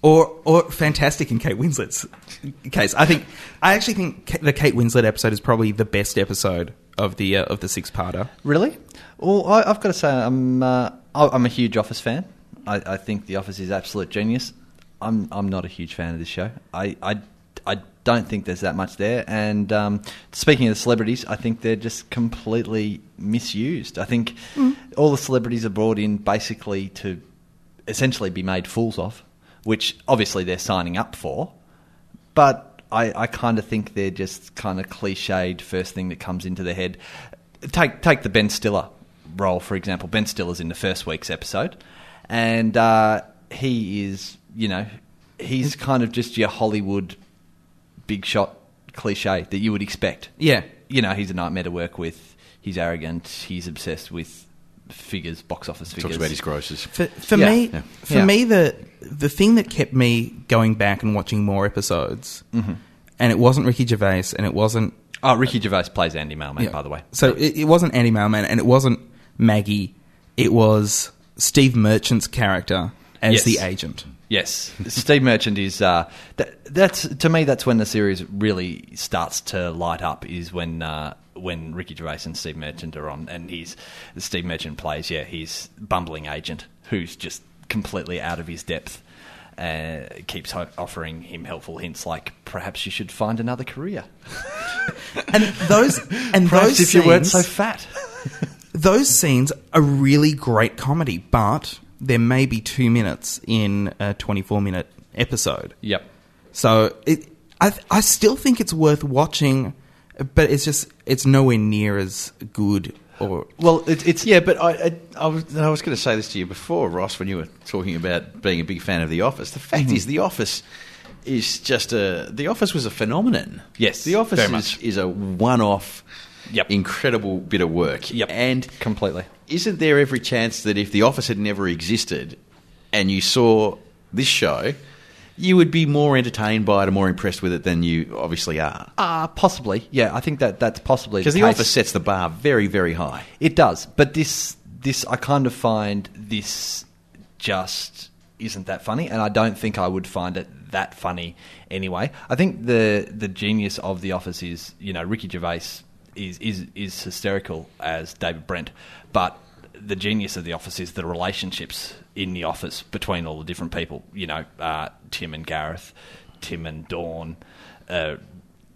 Speaker 2: Or or fantastic in Kate Winslet's case. I think I actually think Ka- the Kate Winslet episode is probably the best episode of the uh, of the six-parter.
Speaker 3: Really? Well, I, I've got to say, I'm uh, I- I'm a huge Office fan. I, I think The Office is absolute genius. I'm I'm not a huge fan of this show. I I, I don't think there's that much there. And um, speaking of the celebrities, I think they're just completely misused. I think all the celebrities are brought in basically to essentially be made fools of, which obviously they're signing up for. But I, I kind of think they're just kind of cliched first thing that comes into their head. Take take the Ben Stiller role for example. Ben Stiller's in the first week's episode, and uh, he is you know he's kind of just your Hollywood big shot cliche that you would expect.
Speaker 2: Yeah.
Speaker 3: You know he's a nightmare to work with. He's arrogant. He's obsessed with figures, box office figures.
Speaker 4: Talks about his grosses.
Speaker 2: For, for
Speaker 3: Yeah.
Speaker 2: me,
Speaker 4: Yeah.
Speaker 2: for
Speaker 3: Yeah.
Speaker 2: me, the the thing that kept me going back and watching more episodes, and it wasn't Ricky Gervais, and it wasn't
Speaker 3: Oh, Ricky Gervais plays Andy Mailman,
Speaker 2: Oh, Yeah.
Speaker 3: by the way.
Speaker 2: So it, it wasn't Andy Mailman and it wasn't Maggie. It was Steve Merchant's character as
Speaker 3: Yes.
Speaker 2: the agent.
Speaker 3: Yes, Steve Merchant is. Uh, that, that's to me. That's when the series really starts to light up. Is when uh, when Ricky Gervais and Steve Merchant are on, and he's Steve Merchant plays. Yeah, he's bumbling agent who's just completely out of his depth. Uh, keeps ho- offering him helpful hints like perhaps you should find another career.
Speaker 2: And those and
Speaker 3: Perhaps
Speaker 2: those
Speaker 3: if you weren't
Speaker 2: scenes,
Speaker 3: so fat.
Speaker 2: those scenes are really great comedy, but there may be two minutes in a twenty-four minute episode.
Speaker 3: yep.
Speaker 2: So it, I, I still think it's worth watching, but it's just it's nowhere near as good or
Speaker 3: Well, it, it's
Speaker 4: Yeah, but I, I, I was, and I was going to say this to you before, Ross, when you were talking about being a big fan of The Office. The
Speaker 3: Mm-hmm.
Speaker 4: fact is, The Office is just a. The Office was a phenomenon.
Speaker 3: Yes,
Speaker 4: The Office
Speaker 3: very
Speaker 4: is,
Speaker 3: much.
Speaker 4: is a one-off,
Speaker 3: Yep.
Speaker 4: incredible bit of work.
Speaker 3: Yep.
Speaker 4: and
Speaker 3: completely.
Speaker 4: isn't there every chance that if The Office had never existed, and you saw this show, you would be more entertained by it and more impressed with it than you obviously are?
Speaker 3: Uh, possibly. Yeah, I think that that's possibly
Speaker 4: Because The
Speaker 3: case.
Speaker 4: Office sets the bar very, very high.
Speaker 3: It does, but this this I kind of find this just isn't that funny, and I don't think I would find it that funny anyway. I think the the genius of The Office is you know Ricky Gervais is is is hysterical as David Brent, but the genius of The Office is the relationships in the office between all the different people. You know, uh, Tim and Gareth, Tim and Dawn. Uh,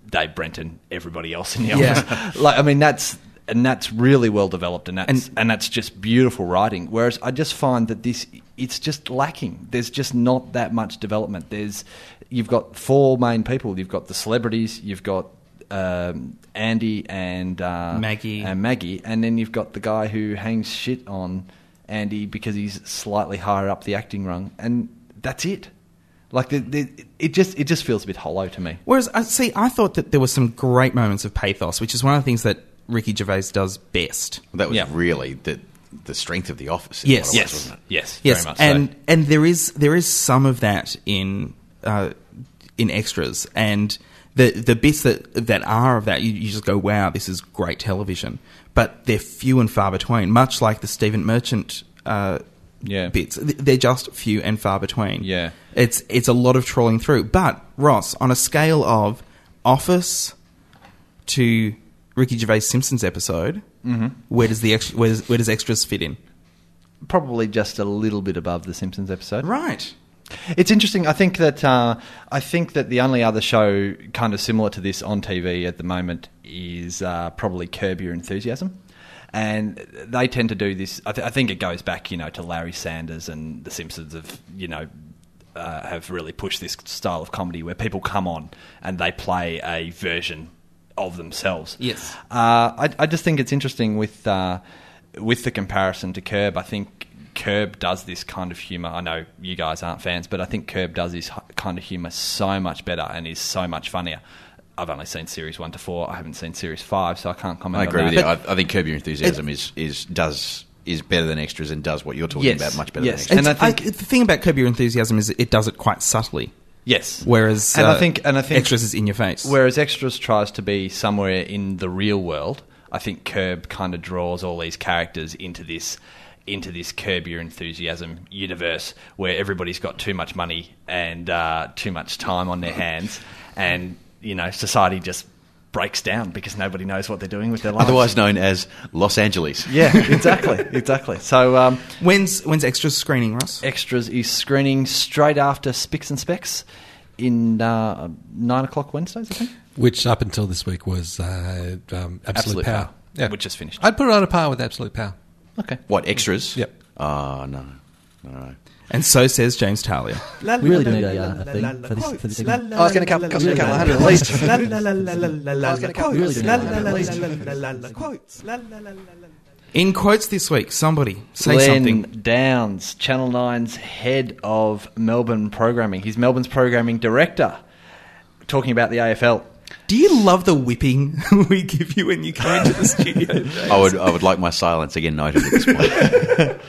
Speaker 3: Dave Brenton, everybody else in the
Speaker 2: Yeah.
Speaker 3: office like I mean that's and that's really well developed and that's and, that's just beautiful writing whereas I just find that this it's just lacking there's just not that much development there's you've got four main people you've got the celebrities you've got um, Andy and uh,
Speaker 2: Maggie.
Speaker 3: and Maggie, and then you've got the guy who hangs shit on Andy because he's slightly higher up the acting rung, and that's it. Like the, the, it just it just feels a bit hollow to me.
Speaker 2: Whereas, I see, I thought that there were some great moments of pathos, which is one of the things that Ricky Gervais does best.
Speaker 4: That was
Speaker 3: Yeah.
Speaker 4: really the the strength of the office. is
Speaker 2: Yes.
Speaker 4: what it was,
Speaker 2: Yes.
Speaker 4: wasn't it?
Speaker 3: Yes,
Speaker 2: Yes, and and there is there is some of that in uh, in extras and the the bits that that are of that you, you just go wow this is great television but they're few and far between much like the Stephen Merchant uh,
Speaker 3: Yeah.
Speaker 2: bits Th- they're just few and far between
Speaker 3: Yeah.
Speaker 2: it's it's a lot of trawling through but Ross on a scale of Office to Ricky Gervais Simpsons episode
Speaker 3: Mm-hmm.
Speaker 2: where does the extra, where, does, where does extras fit in
Speaker 3: probably just a little bit above the Simpsons episode.
Speaker 2: right.
Speaker 3: It's interesting. I think that uh, I think that the only other show kind of similar to this on TV at the moment is uh, probably Curb Your Enthusiasm, and they tend to do this. I, th- I think it goes back, you know, to Larry Sanders and The Simpsons of you know. Uh, have really pushed this style of comedy where people come on and they play a version of themselves.
Speaker 2: Yes.
Speaker 3: Uh, I, I just think it's interesting with uh, with the comparison to Curb. I think Curb does this kind of humor. I know you guys aren't fans, but I think Curb does this hu- kind of humor so much better and is so much funnier. I've only seen series one to four. I haven't seen series five, so I can't comment.
Speaker 4: I
Speaker 3: on
Speaker 4: agree
Speaker 3: that.
Speaker 4: with you. I, I think Curb Your Enthusiasm is is does is better than extras and does what you're talking
Speaker 3: Yes.
Speaker 4: about much better
Speaker 3: Yes.
Speaker 4: than extras.
Speaker 2: It's-
Speaker 3: And I think-
Speaker 2: the thing about Curb Your Enthusiasm is it does it quite subtly,
Speaker 3: Yes.
Speaker 2: whereas
Speaker 3: and
Speaker 2: uh,
Speaker 3: I think and I think
Speaker 2: extras is in your face.
Speaker 3: Whereas Extras tries to be somewhere in the real world, I think Curb kind of draws all these characters into this into this Curb Your Enthusiasm universe where everybody's got too much money and uh, too much time on their hands, and you know society just breaks down because nobody knows what they're doing with their lives.
Speaker 4: Otherwise known as Los Angeles.
Speaker 3: yeah, exactly, exactly. So um,
Speaker 2: when's when's extras screening, Ross?
Speaker 3: Extras is screening straight after Spicks and Specs in uh, nine o'clock Wednesdays, I think.
Speaker 1: which up until this week was uh, um, Absolute,
Speaker 3: Absolute
Speaker 1: Power,
Speaker 3: Power, which just finished.
Speaker 1: I'd put it on a par with Absolute Power.
Speaker 3: Okay.
Speaker 4: What extras?
Speaker 1: Yep.
Speaker 4: Oh no, no, no.
Speaker 2: And so says James Talia.
Speaker 7: We really do need a, uh, a thing for this, for this segment.
Speaker 8: I was going to come, come, come, come, at least. I was going to come,
Speaker 7: Really do need a couple.
Speaker 2: In quotes this week, somebody say
Speaker 3: Glenn
Speaker 2: something.
Speaker 3: Downs, Channel 9's head of Melbourne programming. He's Melbourne's programming director, talking about the AFL.
Speaker 2: Do you love the whipping we give you when you come into the studio?
Speaker 4: I would I would like my silence again noted at this point.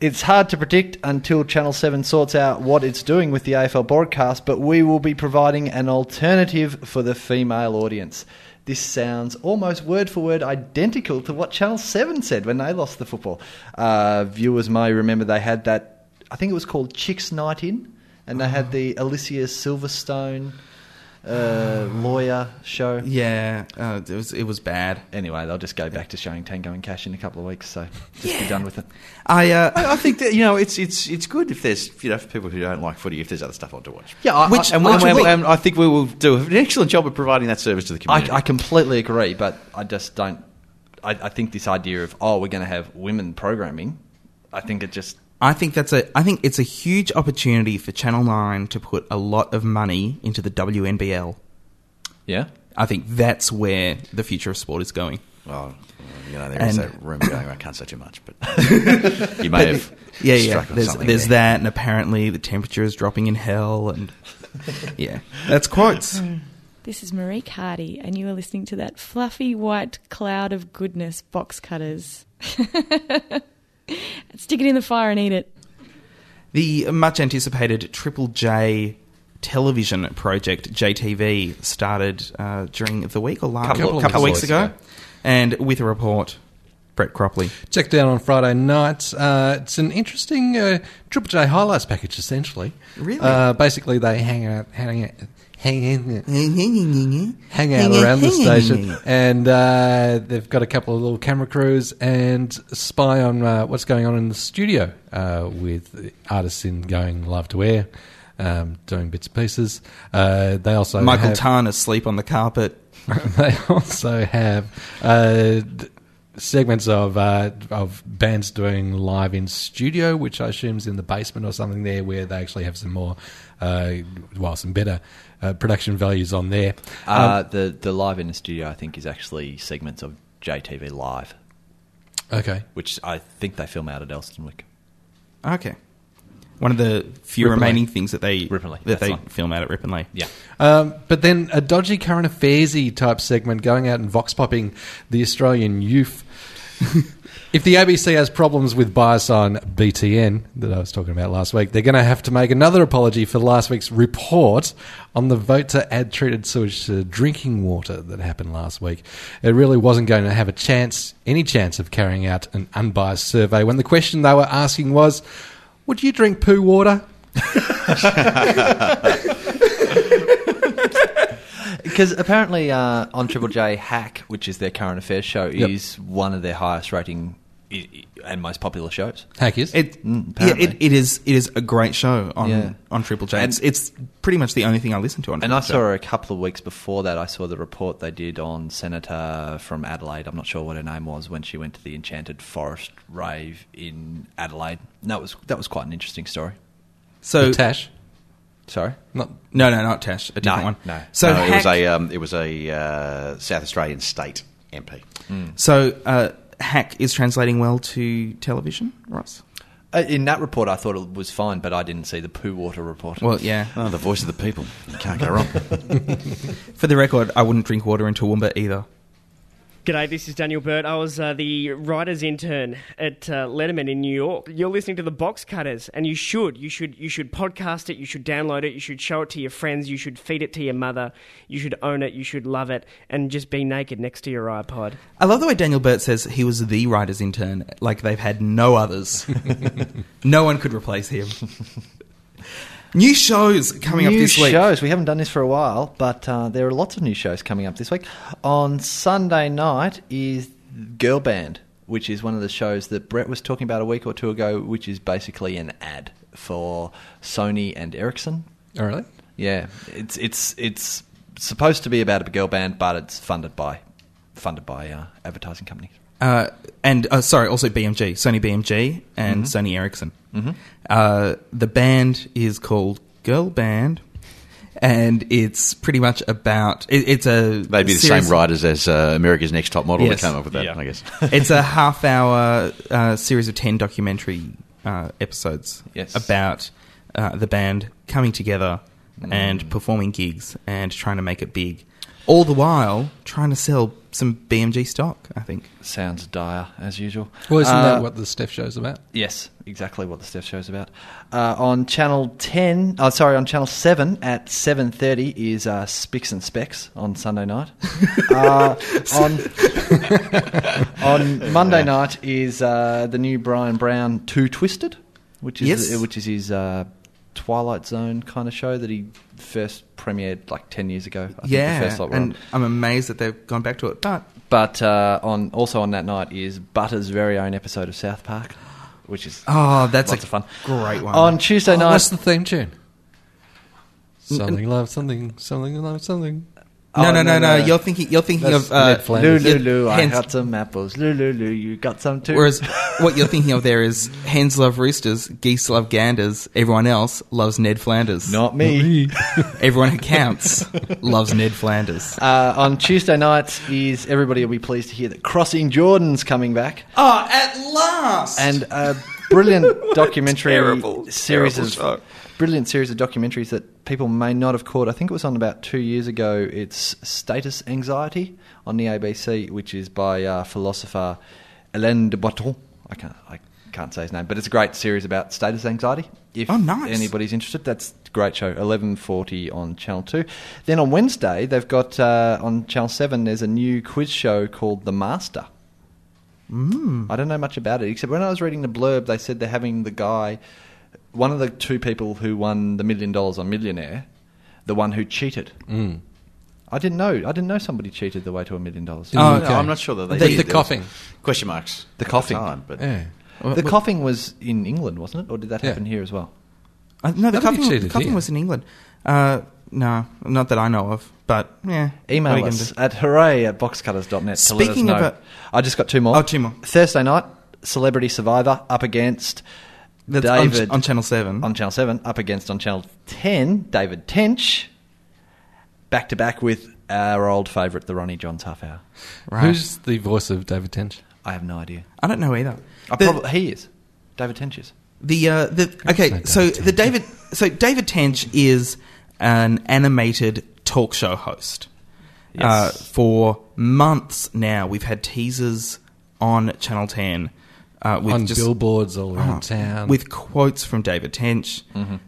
Speaker 3: It's hard to predict until Channel 7 sorts out what it's doing with the AFL broadcast, but we will be providing an alternative for the female audience. This sounds almost word for word identical to what Channel 7 said when they lost the football. Uh, viewers may remember they had that, I think it was called Chicks Night In, and they had the
Speaker 2: Uh-huh.
Speaker 3: Alicia Silverstone uh, lawyer show.
Speaker 2: Yeah, uh, it was it was bad.
Speaker 3: Anyway, they'll just go back to showing Tango and Cash in a couple of weeks, so just be done with it.
Speaker 2: I uh,
Speaker 4: I think that you know it's it's it's good if there's you know for people who don't like footy if there's other stuff on to watch.
Speaker 3: Yeah, I,
Speaker 2: Which-
Speaker 3: I, and
Speaker 4: And, we-
Speaker 2: which
Speaker 4: and we-
Speaker 2: we-
Speaker 4: and I think we will do an excellent job of providing that service to the community.
Speaker 3: I, I completely agree, but I just don't. I, I think this idea of oh, we're going to have women programming. I think it just
Speaker 2: I think that's a I think it's a huge opportunity for Channel Nine to put a lot of money into the WNBL.
Speaker 3: yeah.
Speaker 2: I think that's where the future of sport is going.
Speaker 4: well, you know, there is
Speaker 2: And-
Speaker 4: that room going. around. I can't say too much, but you may have
Speaker 2: Yeah, yeah.
Speaker 4: struck on
Speaker 2: There's,
Speaker 4: something
Speaker 2: there's
Speaker 4: there.
Speaker 2: that, and apparently the temperature is dropping in hell, and yeah, that's quotes.
Speaker 9: This is Marie Cardi, and you are listening to that fluffy white cloud of goodness box cutters. Stick it in the fire and eat it.
Speaker 2: The much anticipated Triple J television project JTV started uh, during the week or last
Speaker 1: Couple
Speaker 2: couple,
Speaker 1: of
Speaker 2: of weeks
Speaker 1: weeks
Speaker 2: ago, and with a report, Brett Cropley.
Speaker 1: Checked out on Friday night. Uh, it's an interesting uh, Triple J highlights package, essentially.
Speaker 2: Really?
Speaker 1: Uh, basically, they hang out, hang out, hang in. hang out around the station, and uh, they've got a couple of little camera crews and spy on uh, what's going on in the studio uh, with artists in going live to air, um, doing bits and pieces. Uh, they also
Speaker 2: Michael
Speaker 1: have,
Speaker 2: Tarn asleep on the carpet.
Speaker 1: they also have uh, d- segments of uh, of bands doing live in studio, which I assume is in the basement or something there, where they actually have some more, uh, well, some better uh, production values on there.
Speaker 3: Uh, the the live in the studio, I think, is actually segments of JTV Live,
Speaker 1: Um, Okay,
Speaker 3: which I think they film out at Elstonwick.
Speaker 2: Okay. One of the few
Speaker 1: Ripponlea.
Speaker 2: remaining things that they
Speaker 3: Ripponlea,
Speaker 2: that
Speaker 3: that's
Speaker 2: they
Speaker 3: one.
Speaker 2: film out at Ripponlea.
Speaker 3: Yeah.
Speaker 1: Um, but then a dodgy current affairsy type segment going out and vox popping the Australian youth. if the ABC has problems with bias on BTN that I was talking about last week, they're going to have to make another apology for last week's report on the vote to add treated sewage to drinking water that happened last week. It really wasn't going to have a chance, any chance of carrying out an unbiased survey when the question they were asking was, "Would you drink poo water?"
Speaker 3: Because apparently uh, on Triple J, Hack, which is their current affairs show, is one of their highest rating i- i- and most popular shows.
Speaker 1: Hack is.
Speaker 2: It,
Speaker 3: Mm,
Speaker 2: yeah,
Speaker 3: apparently.
Speaker 2: it, it is it is a great show on
Speaker 3: Yeah.
Speaker 2: on Triple J.
Speaker 3: And-
Speaker 2: It's, it's pretty much the only thing I listen to on.
Speaker 3: And
Speaker 2: Triple
Speaker 3: I
Speaker 2: J.
Speaker 3: saw a couple of weeks before that, I saw the report they did on Senator from Adelaide. I'm not sure what her name was when she went to the Enchanted Forest rave in Adelaide. And that was that was quite an interesting story.
Speaker 2: so
Speaker 1: Tash.
Speaker 3: Sorry,
Speaker 1: Not
Speaker 2: no no not Tash a different
Speaker 3: No,
Speaker 2: one
Speaker 3: no.
Speaker 2: so
Speaker 4: No, it was
Speaker 2: Hack-
Speaker 4: a um, it was a uh, South Australian state MP.
Speaker 2: so uh, hack is translating well to television Ross
Speaker 3: Uh, in that report, I thought it was fine, but I didn't see the poo water report.
Speaker 2: well yeah
Speaker 4: Oh, the voice of the people. You can't go wrong.
Speaker 2: for the record I wouldn't drink water in Toowoomba either
Speaker 10: G'day, this is Daniel Burt. I was uh, the writer's intern at uh, Letterman in New York. You're listening to the Box Cutters, and you should. You should. You should podcast it. You should download it. You should show it to your friends. You should feed it to your mother. You should own it. You should love it, and just be naked next to your iPod.
Speaker 2: I love the way Daniel Burt says he was the writer's intern like they've had no others no one could replace him new shows coming up
Speaker 3: new
Speaker 2: this week
Speaker 3: shows. We haven't done this for a while, but uh, there are lots of new shows coming up this week. On Sunday night is Girl Band, which is one of the shows that Brett was talking about a week or two ago, which is basically an ad for Sony and Ericsson.
Speaker 1: oh, really.
Speaker 3: Yeah, it's it's it's supposed to be about a girl band, but it's funded by funded by uh, advertising companies.
Speaker 2: uh, and uh, sorry, also BMG, Sony BMG, and
Speaker 4: Mm-hmm.
Speaker 2: Sony Ericsson. Uh, the band is called Girl Band, and it's pretty much about it, it's a
Speaker 4: They'd be the
Speaker 2: series-
Speaker 4: same writers as uh, America's Next Top Model
Speaker 2: Yes.
Speaker 4: that came up with that,
Speaker 3: Yeah.
Speaker 4: I guess.
Speaker 2: it's a half hour uh, series of 10 documentary uh, episodes
Speaker 3: Yes.
Speaker 2: about uh, the band coming together
Speaker 4: Mm.
Speaker 2: and performing gigs and trying to make it big. All the while trying to sell some BMG stock, I think.
Speaker 3: Sounds dire as usual.
Speaker 1: Well, isn't
Speaker 3: Uh,
Speaker 1: that what the Steph show's about?
Speaker 3: Yes, exactly what the Steph Show's about. Uh, on Channel Ten, oh, sorry, on Channel Seven at seven thirty is uh, Spicks and Specs on Sunday night. uh, on on Monday night is uh, the new Brian Brown Two Twisted, which is
Speaker 2: Yes.
Speaker 3: which is his uh, Twilight Zone kind of show that he first premiered like ten years ago. I think the
Speaker 2: yeah,
Speaker 3: first lot were on.
Speaker 2: and I'm amazed that they've gone back to it. But
Speaker 3: But uh, on also on that night is Butter's very own episode of South Park, which is
Speaker 2: Oh, that's
Speaker 3: Lots
Speaker 2: a
Speaker 3: of fun.
Speaker 2: Great one.
Speaker 3: on Tuesday
Speaker 1: Oh,
Speaker 3: night.
Speaker 1: What's the theme tune? Something love something, something love something.
Speaker 2: no,
Speaker 3: Oh,
Speaker 2: no, no, no,
Speaker 3: no, no.
Speaker 2: You're thinking. You're thinking
Speaker 1: That's
Speaker 2: of uh,
Speaker 1: Ned Flanders.
Speaker 3: Lulu,
Speaker 2: you're-
Speaker 3: Lulu, I
Speaker 2: Hans-
Speaker 3: had some apples. Lulu, Lulu, you got some too.
Speaker 2: Whereas what you're thinking of there is hens love roosters, geese love ganders. Everyone else loves Ned Flanders.
Speaker 3: not me.
Speaker 2: Everyone who counts loves Ned Flanders.
Speaker 3: uh, on Tuesday nights is everybody will be pleased to hear that Crossing Jordan's coming back
Speaker 2: Oh, at last!
Speaker 3: and a brilliant documentary
Speaker 2: terrible,
Speaker 3: series
Speaker 2: terrible show.
Speaker 3: of brilliant series of documentaries that people may not have caught. I think it was on about two years ago. It's Status Anxiety on the ABC, which is by uh, philosopher Hélène de Botton. I can't. I can't say his name, but it's a great series about status anxiety. If
Speaker 2: Oh, nice.
Speaker 3: anybody's interested, that's a great show. Eleven forty on Channel Two. Then on Wednesday, they've got uh, on Channel Seven. There's a new quiz show called The Master.
Speaker 2: Mm.
Speaker 3: I don't know much about it, except when I was reading the blurb, they said they're having the guy, one of the two people who won the million dollars on Millionaire, the one who cheated.
Speaker 2: Mm.
Speaker 3: I didn't know. I didn't know somebody cheated the way to a million dollars.
Speaker 2: Uh,
Speaker 1: Oh,
Speaker 4: No,
Speaker 1: okay.
Speaker 4: I'm not sure that they
Speaker 1: With
Speaker 4: did.
Speaker 1: the
Speaker 4: There was
Speaker 1: coughing.
Speaker 4: Question marks.
Speaker 3: The
Speaker 4: at
Speaker 3: coughing.
Speaker 4: time, but
Speaker 1: Yeah.
Speaker 3: The coughing was in England, wasn't it, or did that
Speaker 1: Yeah.
Speaker 3: happen here as well?
Speaker 2: Uh, no, the
Speaker 1: Nobody
Speaker 2: cuffing,
Speaker 1: cheated
Speaker 2: the cuffing
Speaker 1: here.
Speaker 2: was in England. Uh, no, not that I know of. But yeah, what are
Speaker 3: Email
Speaker 2: you
Speaker 3: us
Speaker 2: gonna
Speaker 3: at hooray at boxcutters.net to let us
Speaker 2: Speaking
Speaker 3: know.
Speaker 2: of a-
Speaker 3: I just got two more.
Speaker 2: Oh, two more.
Speaker 3: Thursday night, Celebrity Survivor up against
Speaker 2: That's on-
Speaker 3: David
Speaker 2: on Channel 7.
Speaker 3: On Channel 7, up against on Channel 10, David Tench, back to back with our old favourite, the Ronnie Johns Half Hour.
Speaker 2: do? Right.
Speaker 1: Who's the voice of David Tench?
Speaker 3: I have no idea.
Speaker 2: I don't know either.
Speaker 3: I
Speaker 2: The-
Speaker 3: prob- he is. David Tench is.
Speaker 2: The uh, the okay,
Speaker 1: David
Speaker 2: so the
Speaker 1: Tench.
Speaker 2: David so David Tench is an animated talk show host. Uh, for months now, we've had teasers on Channel Ten uh, with
Speaker 1: On
Speaker 2: just,
Speaker 1: billboards all around
Speaker 2: Oh,
Speaker 1: town.
Speaker 2: with quotes from David Tench.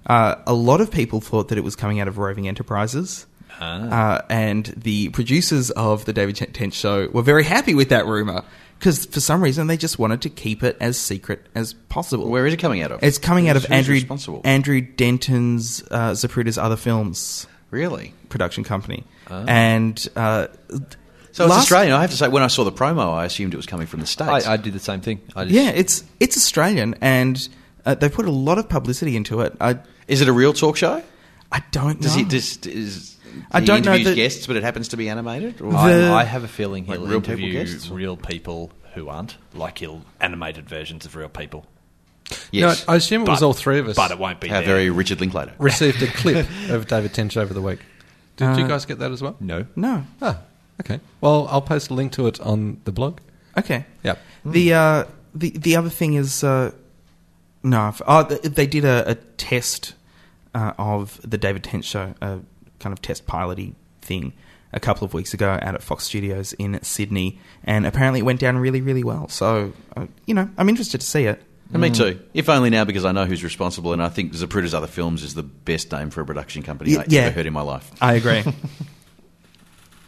Speaker 2: Uh, a lot of people thought that it was coming out of Roving Enterprises. Uh, and the producers of the David Tench show were very happy with that rumor because for some reason they just wanted to keep it as secret as possible.
Speaker 4: Where is it coming out of?
Speaker 2: It's coming out
Speaker 4: Who's-
Speaker 2: of
Speaker 4: who's
Speaker 2: Andrew
Speaker 4: responsible?
Speaker 2: Andrew Denton's uh, Zapruder's other films
Speaker 4: really?
Speaker 2: production company, and uh,
Speaker 4: So it's
Speaker 2: last-
Speaker 4: Australian. I have to say, when I saw the promo, I assumed it was coming from the states.
Speaker 3: I, I did the same thing. I just,
Speaker 2: Yeah, it's it's Australian, and uh, they put a lot of publicity into it. I
Speaker 4: is it a real talk show?
Speaker 2: I don't know.
Speaker 4: Does he does, is
Speaker 2: I
Speaker 4: he
Speaker 2: don't know
Speaker 4: interviews
Speaker 2: that-
Speaker 4: guests, but it happens to be animated? Or
Speaker 2: The-
Speaker 3: um, I, I have a feeling he'll
Speaker 4: Like real people
Speaker 3: interview
Speaker 4: guests?
Speaker 3: real people who aren't, like he'll animated versions of real people.
Speaker 4: yes,
Speaker 1: No, I Mm. assume it was
Speaker 3: But-
Speaker 1: all three of us
Speaker 3: But it won't be
Speaker 4: How
Speaker 3: there.
Speaker 4: very Richard Linklater.
Speaker 1: received a clip of David Tench over the week. Did
Speaker 2: Uh,
Speaker 1: you guys get that as well?
Speaker 3: No.
Speaker 2: no.
Speaker 1: Ah, okay. Well, I'll post a link to it on the blog.
Speaker 2: Okay.
Speaker 1: Yep.
Speaker 2: The uh, the the other thing is uh, no. I've- Oh, th- they did a, a test uh, of the David Tench show, a kind of test piloty thing, a couple of weeks ago out at Fox Studios in Sydney, and apparently it went down really, really well. So uh, you know, I'm interested to see it.
Speaker 4: And me too. If only now because I know who's responsible, and I think Zapruder's other films is the best name for a production company
Speaker 2: Y-
Speaker 4: I
Speaker 2: yeah.
Speaker 4: ever heard in my life.
Speaker 2: I agree.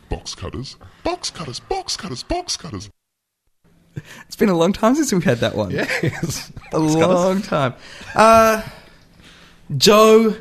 Speaker 5: Box cutters. Box cutters. Box cutters. Box cutters.
Speaker 2: it's been a long time since we've had that one.
Speaker 1: Yes.
Speaker 2: a long time. Uh, Joe,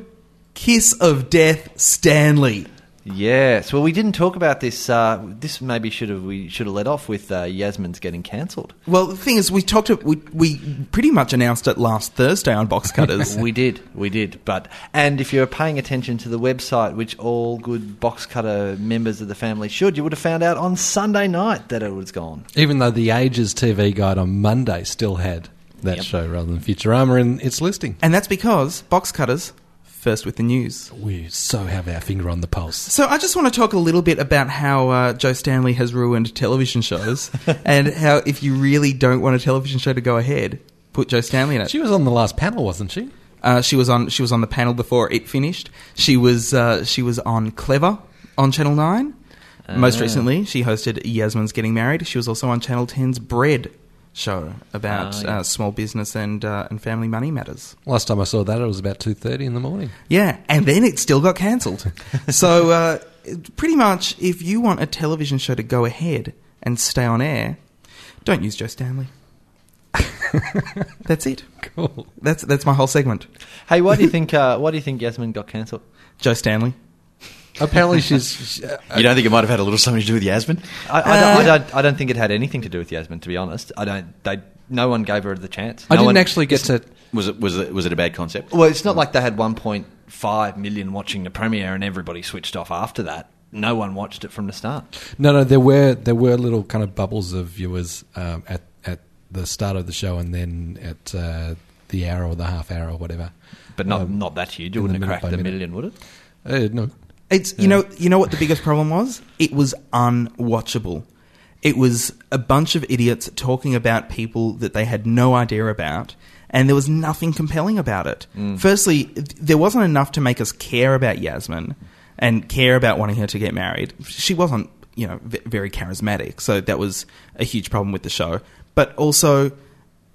Speaker 2: Kiss of Death, Stanley.
Speaker 3: Yes. Well, we didn't talk about this. Uh, this maybe should have we should have let off with uh, Yasmin's getting cancelled.
Speaker 2: Well, the thing is, we talked. We, we pretty much announced it last Thursday on Box Cutters.
Speaker 3: we did, we did. But and if you were paying attention to the website, which all good box cutter members of the family should, you would have found out on Sunday night that it was gone.
Speaker 1: Even though the Ages TV guide on Monday still had that show rather than Futurama in its listing.
Speaker 2: and that's because Box Cutters first with the news.
Speaker 1: We so have our finger on the pulse.
Speaker 2: So I just want to talk a little bit about how uh, Joe Stanley has ruined television shows, and how if you really don't want a television show to go ahead, put Joe Stanley in it.
Speaker 1: She was on the last panel, wasn't she?
Speaker 2: Uh, she was on. She was on the panel before it finished. She was. Uh, she was on Clever on Channel Nine.
Speaker 3: Ah.
Speaker 2: Most recently, she hosted Yasmin's Getting Married. She was also on Channel 10's Bread show about
Speaker 3: Ah, yeah.
Speaker 2: uh, small business and uh, and family money matters.
Speaker 1: Last time I saw that, it was about 2.30 in the morning.
Speaker 2: Yeah, and then it still got cancelled. so uh, pretty much, if you want a television show to go ahead and stay on air, don't use Joe Stanley. that's it.
Speaker 1: Cool.
Speaker 2: That's that's my whole segment.
Speaker 3: Hey, why do you think? Uh, why do you think Yasmin got cancelled?
Speaker 2: Joe Stanley.
Speaker 1: Apparently she's... She, uh,
Speaker 4: You don't think it might have had a little something to do with Yasmin?
Speaker 3: I, I, don't, I
Speaker 2: Uh,
Speaker 3: don't. I don't think it had anything to do with Yasmin. To be honest, I don't. They. No one gave her the chance.
Speaker 1: I
Speaker 3: No
Speaker 1: didn't
Speaker 3: one-
Speaker 1: actually get to...
Speaker 4: Was it was it was it a bad concept?
Speaker 3: Well, it's not like they had 1.5 million watching the premiere and everybody switched off after that. No one watched it from the start.
Speaker 1: No, no, there were there were little kind of bubbles of viewers um, at at the start of the show, and then at uh, the hour or the half hour or whatever.
Speaker 3: But not
Speaker 1: Um,
Speaker 3: not that huge. It
Speaker 1: in
Speaker 3: wouldn't
Speaker 1: the
Speaker 3: have
Speaker 1: minute
Speaker 3: cracked
Speaker 1: by
Speaker 3: the
Speaker 1: minute.
Speaker 3: million, would it?
Speaker 1: Uh, no,
Speaker 2: It's you know you know what the biggest problem was? It was unwatchable. It was a bunch of idiots talking about people that they had no idea about, and there was nothing compelling about it. Firstly, th- there wasn't enough to make us care about Yasmin and care about wanting her to get married. She wasn't, you know, v- very charismatic, so that was a huge problem with the show. But also,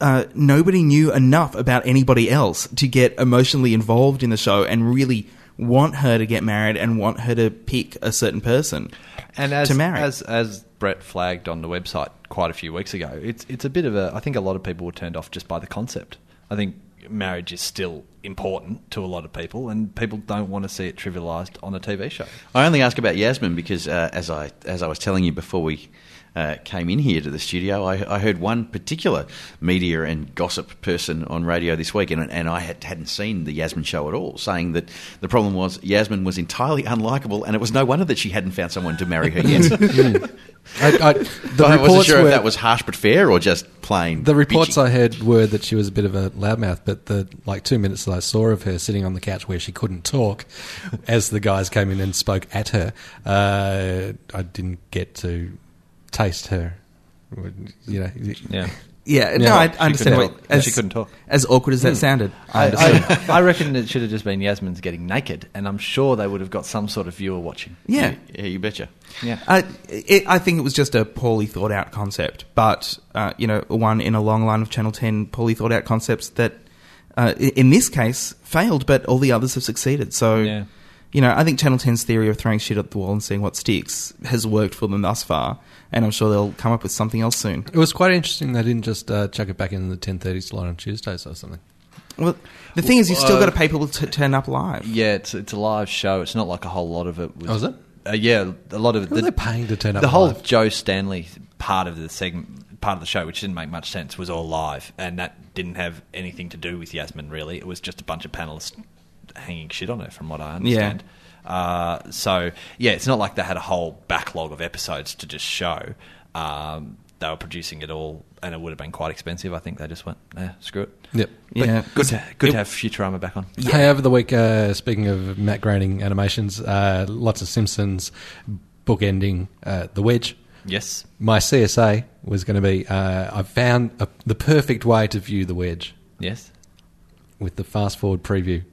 Speaker 2: uh, nobody knew enough about anybody else to get emotionally involved in the show and really want her to get married and want her to pick a certain person
Speaker 3: And as
Speaker 2: to marry.
Speaker 3: as as Brett flagged on the website quite a few weeks ago, it's it's a bit of a. I think a lot of people were turned off just by the concept. I think marriage is still important to a lot of people, and people don't want to see it trivialized on a TV show.
Speaker 4: I only ask about Yasmin because, uh, as I as I was telling you before we uh, came in here to the studio, I, I heard one particular media and gossip person on radio this week, and, and I had, hadn't seen the Yasmin show at all, saying that the problem was Yasmin was entirely unlikable, and it was no wonder that she hadn't found someone to marry her yet.
Speaker 1: I, I,
Speaker 4: So
Speaker 1: the
Speaker 4: I wasn't
Speaker 1: reports
Speaker 4: sure
Speaker 1: were-
Speaker 4: if that was harsh but fair or just plain.
Speaker 1: The reports
Speaker 4: bitchy.
Speaker 1: I heard were that she was a bit of a loudmouth, but the like two minutes that I saw of her sitting on the couch where she couldn't talk, as the guys came in and spoke at her, uh, I didn't get to taste her. You know,
Speaker 3: Yeah.
Speaker 2: Yeah,
Speaker 1: Yeah.
Speaker 2: no, I,
Speaker 1: She
Speaker 2: I understand.
Speaker 3: couldn't
Speaker 2: what-
Speaker 3: talk. She couldn't talk. Hmm.
Speaker 2: As awkward as that sounded, I
Speaker 3: I,
Speaker 2: understand.
Speaker 3: I, I reckon it should have just been Yasmin's getting naked, and I'm sure they would have got some sort of viewer watching.
Speaker 2: yeah,
Speaker 4: Yeah, you betcha.
Speaker 3: Yeah.
Speaker 2: I, Uh, it, I think it was just a poorly thought out concept, but uh, you know, one in a long line of Channel Ten poorly thought out concepts that, uh, i- in this case, failed, but all the others have succeeded. So,
Speaker 3: Yeah.
Speaker 2: you know, I think Channel 10's theory of throwing shit at the wall and seeing what sticks has worked for them thus far, and I'm sure they'll come up with something else soon.
Speaker 1: it was quite interesting. They didn't just uh, chuck it back in the ten thirty slot on Tuesdays or something.
Speaker 2: Well, the thing is, you've still
Speaker 3: Uh,
Speaker 2: got to pay people to turn up live.
Speaker 3: Yeah, it's it's a live show. It's not like a whole lot of it was.
Speaker 1: Oh, is it?
Speaker 3: Uh, yeah, a lot of it.
Speaker 1: Who are they paying to turn up
Speaker 3: The whole
Speaker 1: live?
Speaker 3: Joe Stanley part of the segment, part of the show, which didn't make much sense, was all live, and that didn't have anything to do with Yasmin really. It was just a bunch of panelists hanging shit on her, from what I understand. Uh, so yeah, it's not like they had a whole backlog of episodes to just show. Um, they were producing it all, and it would have been quite expensive. I think they just went, "Yeah, screw it."
Speaker 1: Yep.
Speaker 2: Yeah,
Speaker 3: Good, to, good to have Futurama back on.
Speaker 1: Hey, over the week, uh, speaking of Matt Groening animations, uh, lots of Simpsons bookending uh, The Wedge.
Speaker 3: Yes.
Speaker 1: My CSA was going to be uh, I found a, the perfect way to view The Wedge
Speaker 3: Yes.
Speaker 1: with the fast forward preview.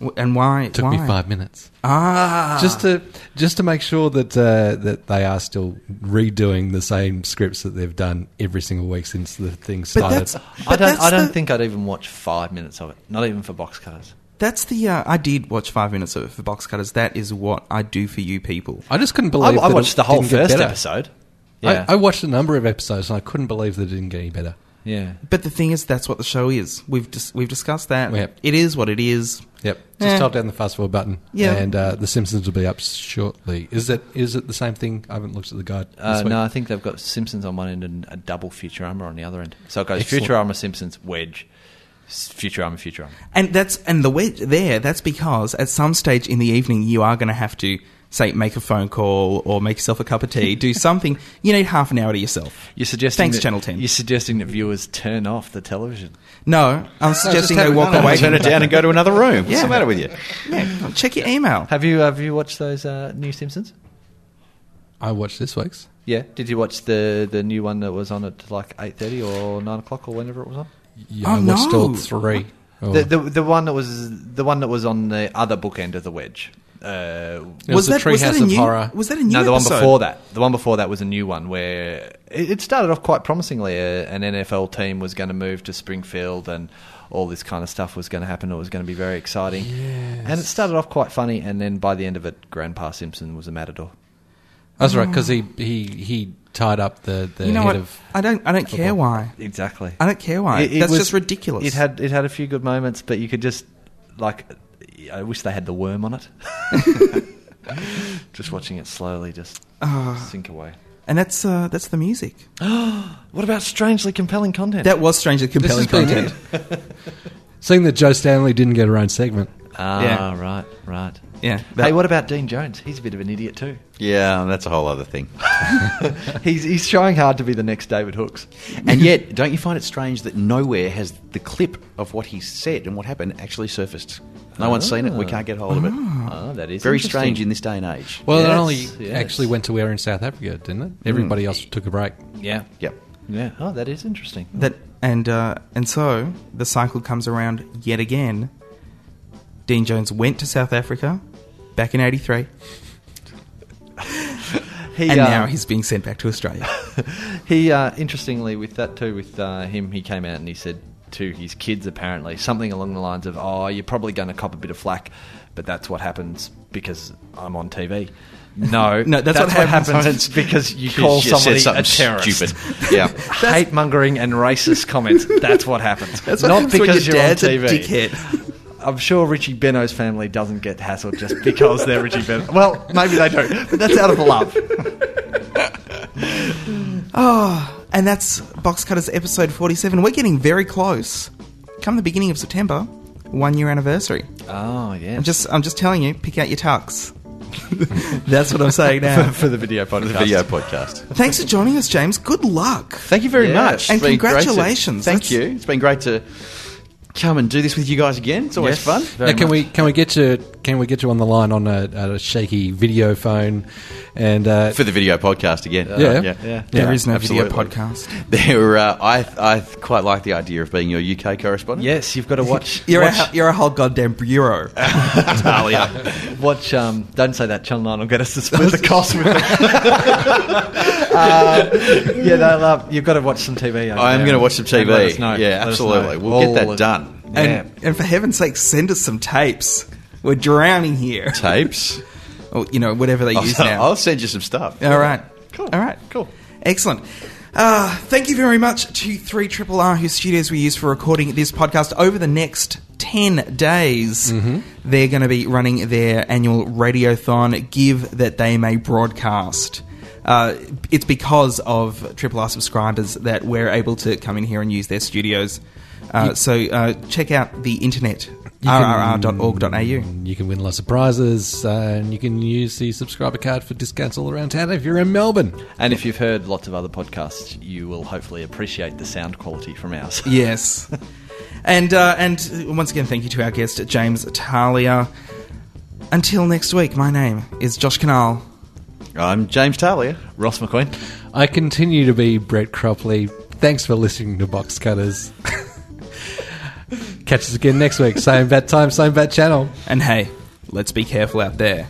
Speaker 2: W- and why?
Speaker 1: Took
Speaker 2: why?
Speaker 1: me five minutes.
Speaker 2: Ah,
Speaker 1: Just to just to make sure that uh, that they are still redoing the same scripts that they've done every single week since the thing
Speaker 2: but
Speaker 1: started.
Speaker 2: that's,
Speaker 3: I
Speaker 2: but
Speaker 3: don't.
Speaker 2: that's
Speaker 3: I don't
Speaker 2: the-
Speaker 3: think I'd even watch five minutes of it. Not even for box cutters.
Speaker 2: That's the. Uh, I did watch five minutes of it for box cutters. That is what I do for you people.
Speaker 1: I just couldn't
Speaker 3: I,
Speaker 1: believe.
Speaker 3: I
Speaker 1: that
Speaker 3: watched
Speaker 1: it
Speaker 3: the whole
Speaker 1: didn't get
Speaker 3: first
Speaker 1: better.
Speaker 3: episode.
Speaker 1: I-
Speaker 3: Yeah,
Speaker 1: I, watched a number of episodes and I couldn't believe that it didn't get any better.
Speaker 3: yeah.
Speaker 2: But the thing is, that's what the show is. We've dis- we've discussed that.
Speaker 1: Yep.
Speaker 2: It is what it is.
Speaker 1: Yep. Just
Speaker 2: Eh.
Speaker 1: hold down the fast forward button.
Speaker 2: Yeah.
Speaker 1: And uh, the Simpsons will be up shortly. Is it is it the same thing? I haven't looked at the guide. This
Speaker 3: Uh,
Speaker 1: week.
Speaker 3: no, I think they've got Simpsons on one end and a double Futurama on the other end. So it goes
Speaker 1: Excellent.
Speaker 3: Futurama, Simpsons, Wedge, S- Futurama, Futurama.
Speaker 2: And that's and the wedge there. That's because at some stage in the evening you are going to have to say make a phone call or make yourself a cup of tea, do something. You need half an hour to yourself.
Speaker 3: You're suggesting
Speaker 2: Thanks,
Speaker 3: that-
Speaker 2: Channel 10.
Speaker 3: You're suggesting that viewers turn off the television.
Speaker 2: No, I'm suggesting
Speaker 4: Just
Speaker 2: they
Speaker 4: have-
Speaker 2: walk
Speaker 4: no, no,
Speaker 2: away.
Speaker 4: Turn it down and go to another room. What's
Speaker 2: Yeah.
Speaker 4: the matter with you?
Speaker 2: Yeah, check your email.
Speaker 3: Have you Have you watched those uh, new Simpsons?
Speaker 1: I watched this week's.
Speaker 3: Yeah. Did you watch the the new one that was on at like eight thirty or nine o'clock or whenever it was on?
Speaker 1: Yeah, I
Speaker 2: Oh,
Speaker 1: watched all
Speaker 2: no.
Speaker 1: three. Oh.
Speaker 3: The, the the one that was the one that was on the other book end of the wedge. Uh,
Speaker 1: It was, the
Speaker 2: was that
Speaker 1: Treehouse
Speaker 2: a
Speaker 1: of
Speaker 2: new,
Speaker 1: Horror.
Speaker 2: Was that a new
Speaker 3: no, the
Speaker 2: episode?
Speaker 3: one before that. The one before that was a new one where it, it started off quite promisingly. A, an NFL team was going to move to Springfield and all this kind of stuff was going to happen. It was going to be very exciting. And it started off quite funny. And then by the end of it, Grandpa Simpson was a matador.
Speaker 1: That's right, because he, he, he tied up the, the
Speaker 2: Oh. You know
Speaker 1: head
Speaker 2: what?
Speaker 1: of.
Speaker 2: I don't. I don't care why.
Speaker 3: Exactly.
Speaker 2: I don't care why.
Speaker 3: It- it
Speaker 2: That's
Speaker 3: was-
Speaker 2: just ridiculous.
Speaker 3: It had it had a few good moments, but you could just like I wish they had the worm on it. just watching it slowly just sink away.
Speaker 2: and that's uh, that's the music.
Speaker 3: What about strangely compelling content?
Speaker 2: That was strangely compelling
Speaker 1: has been
Speaker 2: content.
Speaker 1: Seeing that Joe Stanley didn't get her own segment.
Speaker 3: ah,
Speaker 2: Yeah.
Speaker 3: right, right.
Speaker 2: Yeah.
Speaker 3: hey,
Speaker 2: that-
Speaker 3: what about Dean Jones? He's a bit of an idiot too.
Speaker 4: Yeah, that's a whole other thing.
Speaker 3: He's he's trying hard to be the next David Hooks.
Speaker 4: And yet, don't you find it strange that nowhere has the clip of what he said and what happened actually surfaced? No one's seen it. We can't get hold of it.
Speaker 3: Oh, that is
Speaker 4: Very
Speaker 3: interesting.
Speaker 4: strange in this day and age.
Speaker 1: Well, it
Speaker 3: Yes,
Speaker 1: only
Speaker 3: yes.
Speaker 1: actually went to air in South Africa, didn't it? Mm. Everybody else took a break.
Speaker 3: Yeah,
Speaker 4: Yep.
Speaker 3: yeah. Oh, that is interesting.
Speaker 2: that and uh, and so the cycle comes around yet again. Dean Jones went to South Africa back in '83,
Speaker 3: He,
Speaker 2: and
Speaker 3: uh,
Speaker 2: now he's being sent back to Australia.
Speaker 3: He, uh, interestingly, with that too, with uh, him, he came out and he said to his kids, apparently, something along the lines of, Oh, you're probably going to cop a bit of flack, but that's what happens because I'm on TV. No,
Speaker 2: No, that's what happens
Speaker 3: because you
Speaker 4: She-
Speaker 3: call
Speaker 4: she said
Speaker 3: somebody a
Speaker 4: something
Speaker 3: terrorist.
Speaker 4: stupid. Yeah.
Speaker 3: hate mongering and racist comments. That's what happens.
Speaker 2: That's what
Speaker 3: Not
Speaker 2: happens when
Speaker 3: because
Speaker 2: your
Speaker 3: you're on
Speaker 2: dad's a
Speaker 3: TV.
Speaker 2: dickhead.
Speaker 3: I'm sure Richie Beno's family doesn't get hassled just because they're Richie Beno. Well, maybe they do, but that's out of love.
Speaker 2: Oh, and that's Box Cutters episode 47. We're getting very close. Come the beginning of September, one year anniversary.
Speaker 3: Oh yeah,
Speaker 2: I'm just, I'm just telling you, pick out your tux. that's what I'm saying now.
Speaker 3: for the video podcast.
Speaker 4: The video podcast.
Speaker 2: Thanks for joining us, James. Good luck.
Speaker 4: Thank you very
Speaker 2: Yeah.
Speaker 4: much.
Speaker 2: And
Speaker 4: It's been great to-
Speaker 2: congratulations.
Speaker 4: thank
Speaker 2: That's-
Speaker 4: you. It's been great to come and do this with you guys again. It's
Speaker 3: Yes.
Speaker 4: always fun.
Speaker 1: Now, can we can we get you can we get you on the line on a, a shaky video phone and uh,
Speaker 4: For the video podcast again.
Speaker 1: Yeah.
Speaker 3: Yeah.
Speaker 2: there is no video
Speaker 4: absolutely.
Speaker 2: podcast.
Speaker 4: There, uh, I I quite like the idea of being your UK correspondent.
Speaker 3: Yes, you've got to watch.
Speaker 2: You're
Speaker 3: watch,
Speaker 2: a, you're a whole goddamn bureau.
Speaker 3: watch. Um, don't say that, Channel Nine will get us to split the cost. With it. um, yeah, they'll, uh, you've got to watch some TV. over
Speaker 4: I
Speaker 3: there
Speaker 4: am going to
Speaker 3: and-
Speaker 4: watch some
Speaker 3: and let
Speaker 4: TV.
Speaker 3: us know.
Speaker 4: Yeah,
Speaker 3: Let us know.
Speaker 4: absolutely. We'll get
Speaker 3: All
Speaker 4: that
Speaker 3: of-
Speaker 4: done.
Speaker 3: Yeah.
Speaker 2: And, and for heaven's sake, send us some tapes. We're drowning here.
Speaker 4: Tapes.
Speaker 2: or, you know, whatever
Speaker 4: Oh,
Speaker 2: they use now.
Speaker 4: I'll send you some stuff.
Speaker 2: All right.
Speaker 4: Cool.
Speaker 2: All right.
Speaker 4: Cool.
Speaker 2: Excellent. Uh, thank you very much to 3 Triple R, whose studios we use for recording this podcast. Over the next 10 days,
Speaker 4: Mm-hmm.
Speaker 2: they're going to be running their annual radiothon, Give That They May Broadcast. Uh, it's because of Triple R subscribers that we're able to come in here and use their studios. Uh, so uh, check out the internet, rrr.org.au.
Speaker 1: you can win lots of prizes uh, and you can use the subscriber card for discounts all around town if you're in Melbourne.
Speaker 3: And if you've heard lots of other podcasts, you will hopefully appreciate the sound quality from ours.
Speaker 2: Yes. and uh, and once again, thank you to our guest James Talia. Until next week, my name is Josh Canal.
Speaker 4: I'm James Talia.
Speaker 3: Ross McQueen.
Speaker 1: I continue to be Brett Cropley. Thanks for listening to Box Cutters. Catch us again next week, same bat time, same bat channel.
Speaker 2: And hey, let's be careful out there.